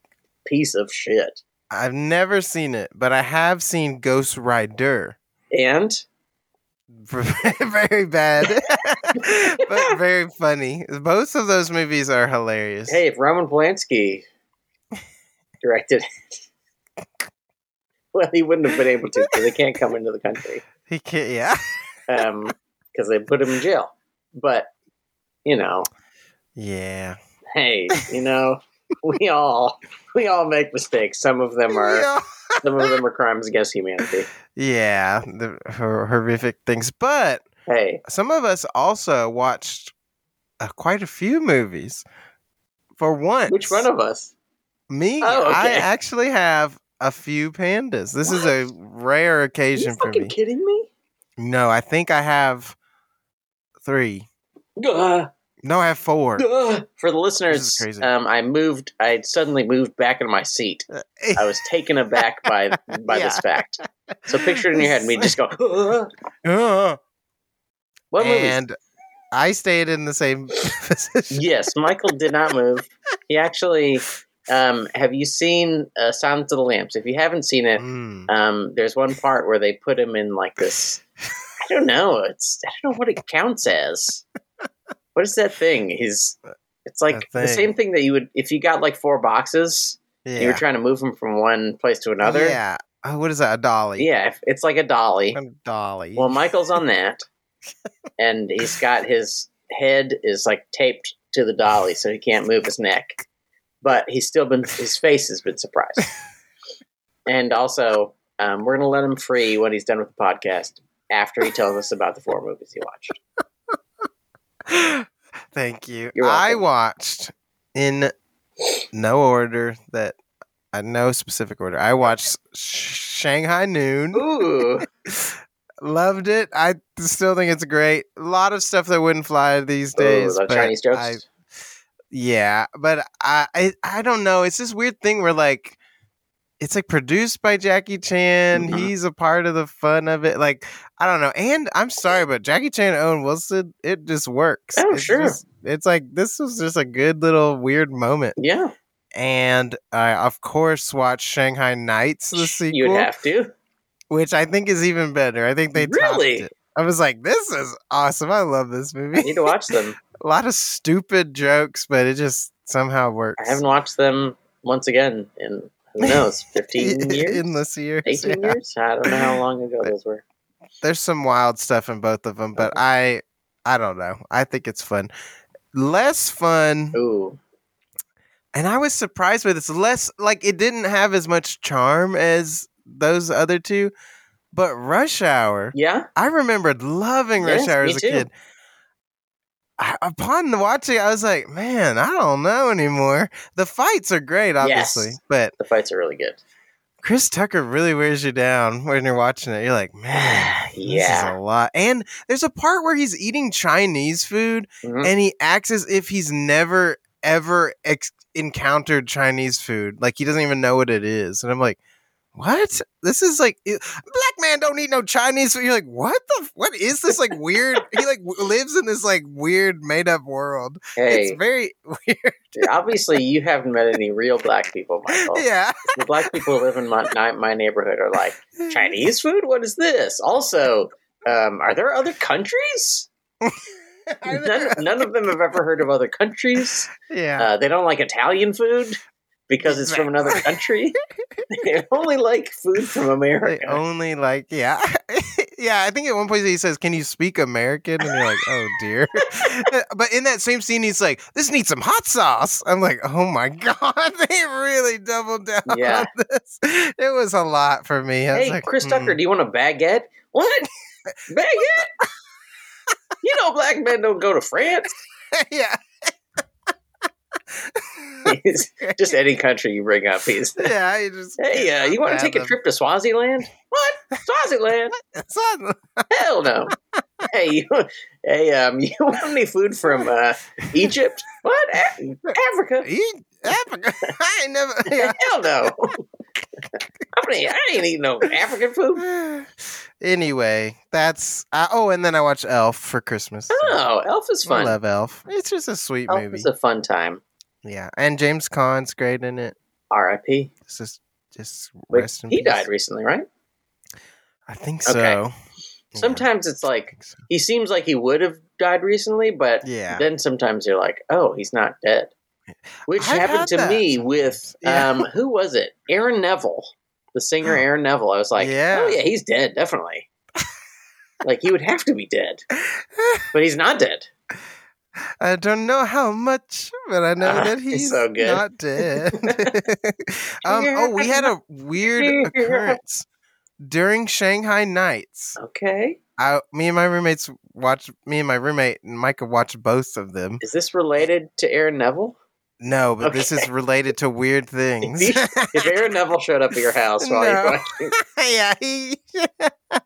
S1: piece of shit.
S2: i've never seen it but i have seen ghost rider [LAUGHS]
S1: And
S2: very bad [LAUGHS]
S1: [LAUGHS]
S2: but very funny both of those movies are hilarious
S1: hey, if Roman Polanski directed it, [LAUGHS] well, he wouldn't have been able to because they can't come into the country
S2: he can't yeah [LAUGHS]
S1: because um, they put him in jail. But you know,
S2: yeah
S1: hey, you
S2: [LAUGHS]
S1: know, we all we all make mistakes. Some of them are.
S2: [LAUGHS] Yeah.
S1: Some of them are crimes against humanity.
S2: Yeah, the hor- horrific things. But
S1: Hey,
S2: some of us also watched uh, quite a few movies. For once,
S1: which one of us?
S2: me?
S1: Oh,
S2: I
S1: okay.
S2: actually have a few pandas. This is a rare
S1: Are you
S2: occasion for
S1: fucking
S2: me.
S1: kidding me?
S2: No, I think I have three.
S1: Duh,
S2: No, I have four. [LAUGHS]
S1: duh. For the
S2: This
S1: listeners,
S2: is crazy.
S1: um, I moved. I suddenly moved back in my seat. I was taken aback by by this
S2: [LAUGHS] Yeah.
S1: fact. So picture it in your head me just go. "Ugh."
S2: Uh,
S1: What movie?
S2: and I stayed in the same [LAUGHS] position.
S1: Yes, Michael did not move. He actually. Um, have you seen uh, Silence of the Lambs? If you haven't seen it,
S2: Mm.
S1: um, there's one part where they put him in like
S2: [LAUGHS]
S1: this. I don't know. It's I don't know what it counts as. What is that thing? He's it's like
S2: That
S1: the
S2: thing.
S1: same thing that you would if you got like four boxes.
S2: Yeah.
S1: and You were trying to move them from one place to another.
S2: Yeah. Oh, what is that? A dolly.
S1: yeah. if- It's like a dolly.
S2: A dolly.
S1: Well, Michael's on that, and he's got his head is like taped to the dolly, so he can't move his neck. But he's still been his face has been surprised, and also um, we're gonna let him free when he's done with the podcast after he tells us about the four movies he watched.
S2: [GASPS] Thank you.
S1: You're
S2: I
S1: welcome.
S2: watched in no order that uh, no specific order. I watched Sh- Shanghai Noon. [LAUGHS]
S1: Ooh,
S2: Loved it. I still think it's great. A lot of stuff that wouldn't fly these days.
S1: Ooh, the
S2: but
S1: Chinese jokes.
S2: I- yeah, but I, I I don't know. It's this weird thing where like it's like produced by Jackie Chan.
S1: Mhm.
S2: He's a part of the fun of it. Like I don't know. And I'm sorry, but Jackie Chan and Owen Wilson, it just works.
S1: Oh,
S2: it's
S1: sure.
S2: just- it's like this was just a good little weird moment.
S1: yeah,
S2: And I of course watched Shanghai Nights, the
S1: you'd
S2: sequel,
S1: have to.
S2: which I think is even better. I think they topped
S1: Really?
S2: it. I was like, this is awesome. I love this
S1: I
S2: movie
S1: need to watch them.
S2: [LAUGHS] a lot of stupid jokes, but it just somehow works.
S1: I haven't watched them once again in who
S2: [LAUGHS]
S1: knows fifteen years.
S2: in this year.
S1: 18 years? I don't know how long ago those were.
S2: There's some wild stuff in both of them, but
S1: Oh.
S2: I, I don't know. I think it's fun. Less fun,
S1: Ooh.
S2: and I was surprised with it's less like it didn't have as much charm as those other two, but Rush Hour.
S1: Yeah.
S2: I remembered loving Rush
S1: Yes,
S2: Hour
S1: me
S2: as a
S1: too.
S2: kid. I, upon the watching, I was like, man, I don't know anymore. The fights are great, obviously,
S1: Yes.
S2: but
S1: The fights are really good.
S2: Chris Tucker really wears you down when you're watching it. You're like, man, this is
S1: Yeah.
S2: a lot. And there's a part where he's eating Chinese food
S1: Mhm.
S2: and he acts as if he's never ever ex- encountered Chinese food. Like he doesn't even know what it is. And I'm like, what? This is like it- black man don't eat no Chinese food. You're like, what the? f- What is this like
S1: [LAUGHS]
S2: weird? he like w- lives in this like weird made up world.
S1: Hey,
S2: It's very [LAUGHS] weird.
S1: obviously you haven't met any real black people, Michael.
S2: Yeah.
S1: The black people who live in my, my, my neighborhood are
S2: [LAUGHS]
S1: like, Chinese food? What is this? Also, um, are there other countries?
S2: [LAUGHS] I
S1: None,
S2: know.
S1: none of them have ever heard of other countries.
S2: yeah.
S1: Uh, they don't like Italian food because it's from another
S2: [LAUGHS]
S1: country. [LAUGHS] they only like food from
S2: They
S1: America.
S2: only like, yeah, [LAUGHS] yeah. I think at one point he says, "Can you speak American?" And you're like, "Oh
S1: [LAUGHS]
S2: dear." but in that same scene, he's like, "This needs some hot sauce." I'm like, "Oh my [LAUGHS] god!" They really doubled down
S1: Yeah.
S2: on this. It was a lot for me. I was
S1: Hey,
S2: like,
S1: Chris
S2: "Hmm."
S1: Tucker, do you want a baguette? What? baguette? you know, black men don't go to
S2: [LAUGHS]
S1: France.
S2: [LAUGHS] yeah,
S1: It's just any country you bring up. He's,
S2: yeah. You just
S1: [LAUGHS]
S2: [LAUGHS]
S1: hey, uh, you want to take a trip to Swaziland? What?
S2: [LAUGHS]
S1: Swaziland?
S2: Son,
S1: Hell no. hey, you, hey, um, [LAUGHS] you want any food from uh, Egypt? What? A- Africa? [LAUGHS]
S2: eat Africa. I ain't never. [LAUGHS] Yeah.
S1: Hell
S2: [LAUGHS]
S1: no. I, mean, I ain't eating no African food.
S2: Anyway, that's uh, oh, and then I watched Elf for Christmas.
S1: Oh, Elf is
S2: I
S1: fun.
S2: love Elf. It's just a sweet
S1: Elf
S2: movie.
S1: is a fun time.
S2: Yeah, and James Caan's great in it.
S1: R.I.P.
S2: It's just, just
S1: Wait,
S2: rest in
S1: He
S2: peace.
S1: died recently, right?
S2: I think so.
S1: Okay.
S2: Yeah,
S1: Sometimes it's
S2: I
S1: like
S2: think so.
S1: he seems like he would have died recently, but
S2: Yeah.
S1: then sometimes you're like, oh, he's not dead. Which
S2: I've had
S1: happened to
S2: that
S1: me
S2: sometimes.
S1: with
S2: [LAUGHS] Yeah.
S1: um, who was it? Aaron Neville, the singer Aaron Neville. I was like,
S2: Yeah.
S1: oh yeah, he's dead
S2: [LAUGHS]
S1: definitely. like he would have to be dead, but he's not dead.
S2: I don't know how much, but I know
S1: Ah,
S2: that
S1: he's
S2: he's
S1: so good. [LAUGHS]
S2: not dead. um, oh, we had a weird occurrence during Shanghai Nights.
S1: Okay,
S2: I, me and my roommates watched. Me and my roommate Micah watched both of them.
S1: is this related to Aaron
S2: [LAUGHS]
S1: Neville?
S2: No, but this is
S1: Okay.
S2: related
S1: [LAUGHS]
S2: to weird things.
S1: If Aaron Neville showed up at your house while
S2: No.
S1: you're watching,
S2: [LAUGHS] yeah, he,
S1: [LAUGHS]
S2: [LAUGHS]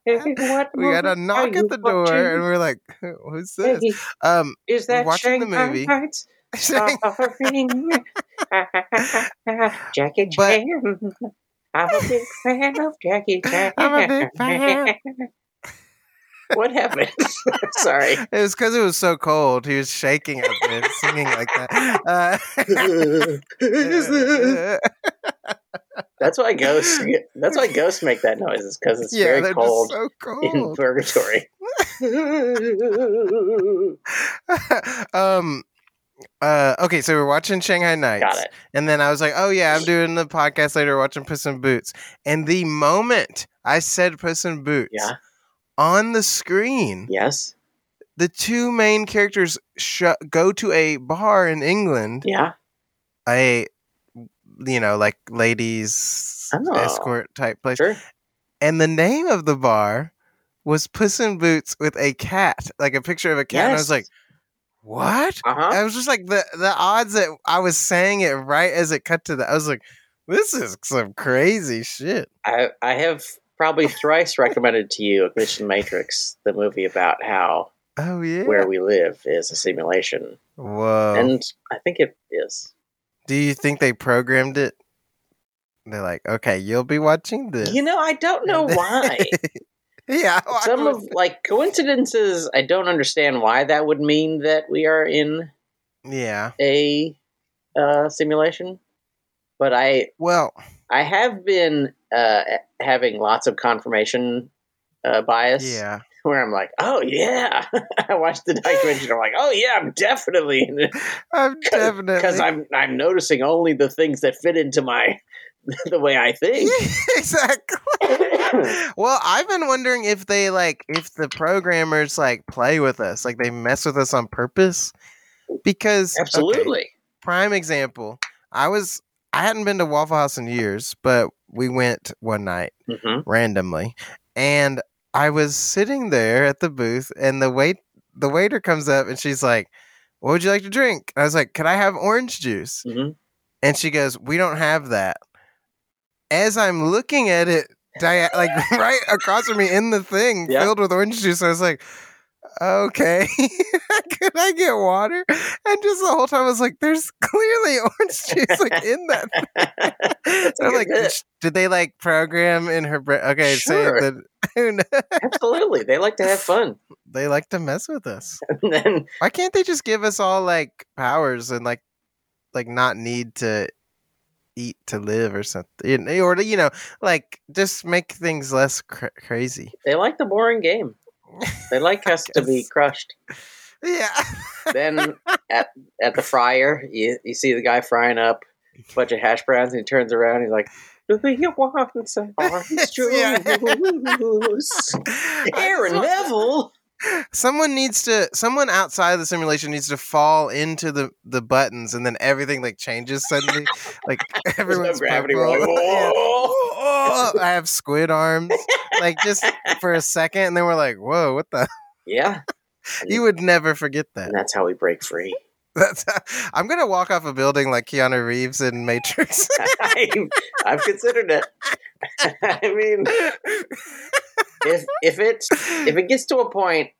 S1: hey, what [LAUGHS]
S2: we had a
S1: movie are
S2: knock
S1: you
S2: at the door, and
S1: watching?
S2: we we're like, "Who- "Who's this?"
S1: Hey,
S2: Um,
S1: [LAUGHS] is that
S2: watching the
S1: Shanghai
S2: movie.
S1: Nights?
S2: [LAUGHS]
S1: Offering. Uh-huh. Jackie
S2: But-
S1: Chan. I'm a big fan of Jackie Chan.
S2: I'm a big fan.
S1: What happened? [LAUGHS]
S2: [LAUGHS]
S1: Sorry.
S2: it was because it was so cold. He was shaking up there, singing
S1: [LAUGHS]
S2: like [LAUGHS] that.
S1: that's
S2: Uh,
S1: why ghosts. That's why ghosts make that noise. Is because it's
S2: yeah,
S1: very
S2: they're
S1: cold
S2: just so
S1: in
S2: cold. [LAUGHS]
S1: purgatory.
S2: [LAUGHS] um, uh, okay, so we're watching Shanghai Nights.
S1: Got it.
S2: And then I was like, oh, yeah,
S1: [LAUGHS]
S2: I'm doing the podcast later, watching Puss in Boots. And the moment I said Puss in Boots
S1: Yeah.
S2: on the screen,
S1: Yes.
S2: the two main characters sh- go to a bar in England,
S1: Yeah.
S2: a, you know, like ladies
S1: Oh.
S2: escort type place.
S1: Sure.
S2: And the name of the bar was Puss in Boots with a cat, like a picture of a cat. And I
S1: Yes.
S2: was like, what?
S1: Uh huh.
S2: I was just like the the odds that I was saying it right as it cut to that. I was like, this is some crazy shit.
S1: I, I have probably thrice recommended to you a Mission Matrix, the movie about how
S2: Oh yeah. Oh.
S1: where we live is a simulation.
S2: Whoa.
S1: And I think it is.
S2: Do you think they programmed it? They're like, okay, you'll be watching this.
S1: You know, I don't know why.
S2: [LAUGHS] yeah. Oh, I watched
S1: Some
S2: it.
S1: of like coincidences, I don't understand why that would mean that we are in
S2: yeah.
S1: a uh, simulation. But I
S2: Well,
S1: I have been uh, having lots of confirmation uh, bias.
S2: yeah.
S1: [LAUGHS] where I'm like, oh yeah, [LAUGHS] I watched the documentary. and I'm like, oh yeah, I'm definitely
S2: [LAUGHS]
S1: in it [LAUGHS]
S2: I'm definitely
S1: because I'm I'm noticing only the things that fit into my [LAUGHS] the way I think.
S2: [LAUGHS] exactly. well, I've been wondering if they like if the programmers like play with us, like they mess with us on purpose, [COUGHS] because okay,
S1: Absolutely.
S2: prime example. I was I hadn't been to Waffle House in years, but we went one night
S1: Mhm.
S2: randomly, and I was sitting there at the booth, and the wait the waiter comes up, and she's like, "What would you like to drink?" I was like, "Can I have orange juice?"
S1: Mhm.
S2: And she goes, "We don't have that." As I'm looking at it, dia- like [LAUGHS] right across from me in the thing
S1: Yeah.
S2: filled with orange juice, I was like, "Okay, [LAUGHS] could I get water?" And just the whole time, I was like, "There's clearly [LAUGHS] orange
S1: [LAUGHS]
S2: juice like in that." mm-hmm.
S1: That's a
S2: I'm
S1: good
S2: like,
S1: bit.
S2: "Sh- did they like program in her brain? Okay,
S1: Sure.
S2: so that [LAUGHS] who kn-
S1: [LAUGHS] absolutely. They like to have fun. [LAUGHS]
S2: they like to mess with us.
S1: And then
S2: Why can't they just give us all like powers and like like not need to eat to live or something, You know, or you know, like just make things less cra- crazy?
S1: they like the boring game. They
S2: [LAUGHS]
S1: like us to be
S2: guess.
S1: crushed.
S2: Yeah, [LAUGHS]
S1: Then at, at the fryer, you, you see the guy frying up a bunch of hash browns, and he turns around. And he's like, "Do they want
S2: [LAUGHS]
S1: some orange
S2: Yeah. [LAUGHS]
S1: juice?" Aaron Neville.
S2: Someone needs to. Someone outside of the simulation needs to fall into the the buttons, and then everything like
S1: [LAUGHS]
S2: changes suddenly. like [LAUGHS]
S1: There's no
S2: everyone's
S1: gravity. We're
S2: purple.
S1: like,
S2: Yeah.
S1: "Whoa."
S2: [LAUGHS] oh, I have squid arms. like just for a second, and then we're like, whoa, what the?
S1: [LAUGHS] yeah,
S2: You would never forget that.
S1: and that's how we break free.
S2: That's [LAUGHS] I'm gonna walk off a building like Keanu Reeves in Matrix.
S1: I, I've considered it. [LAUGHS] I mean, if if it [LAUGHS] if it gets to a point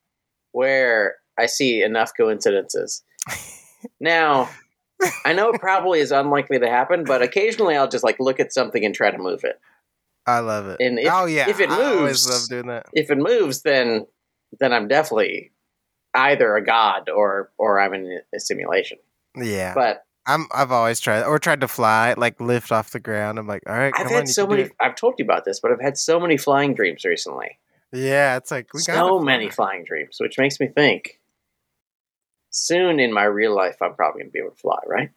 S1: where I see enough coincidences, now I know it probably is unlikely to happen, but occasionally I'll just like look at something and try to move it.
S2: [LAUGHS] I love it.
S1: And if-
S2: oh yeah,
S1: if it
S2: I always
S1: moves-
S2: love doing that.
S1: If it moves, then then I'm definitely either a god or or I'm in a simulation.
S2: Yeah,
S1: But
S2: I'm. I've always tried or tried to fly, like lift off the ground. I'm like, all right,
S1: I've
S2: come on,
S1: had
S2: you
S1: so
S2: can do
S1: many.
S2: it."
S1: I've told you about this, but I've had so many flying dreams recently.
S2: Yeah, it's like we got
S1: so many flying dreams, which makes me think soon in my real life I'm probably gonna be able to fly, right?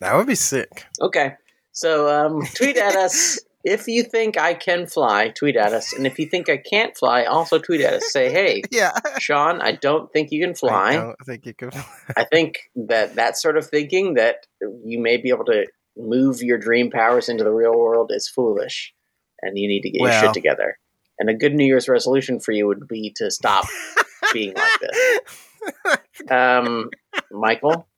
S2: That would
S1: [LAUGHS]
S2: be sick.
S1: Okay. So um, tweet at
S2: [LAUGHS]
S1: us if you think I can fly. Tweet at us, and if you think I can't fly, also tweet at us. Say,
S2: [LAUGHS]
S1: hey,
S2: Yeah,
S1: Sean, I don't think you can
S2: I
S1: fly.
S2: don't think you could. [LAUGHS]
S1: I think that that sort of thinking that you may be able to move your dream powers into the real world is foolish, and you need to get your
S2: Well.
S1: shit together. And a good New Year's resolution for you would be to
S2: [LAUGHS]
S1: stop being like this. Um, Michael,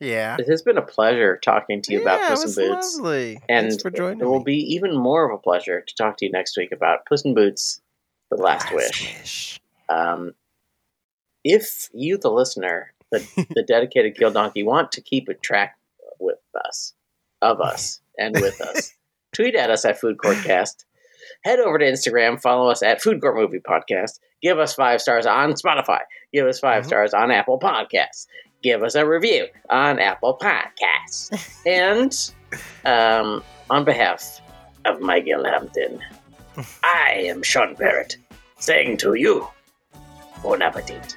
S2: yeah.
S1: it has been a pleasure talking to you about
S2: Yeah,
S1: Puss
S2: it
S1: in
S2: was
S1: Boots.
S2: Lovely.
S1: And
S2: Thanks for joining
S1: it will
S2: me.
S1: be even more of a pleasure to talk to you next week about Puss in Boots: The Last
S2: Last
S1: Wish.
S2: wish.
S1: Um, if you, the listener, the, the dedicated Kill Donkey, want to keep a track with us, of us, and with us, tweet at us at Food Courtcast. Head over to Instagram, follow us at Food Court Movie Podcast. Give us five stars on Spotify. Give us 5
S2: Mhm.
S1: stars on Apple Podcasts. Give us a review on Apple Podcasts. and um, on behalf of Michael Hampton, I am Sean Barrett saying to you, Bon appetit.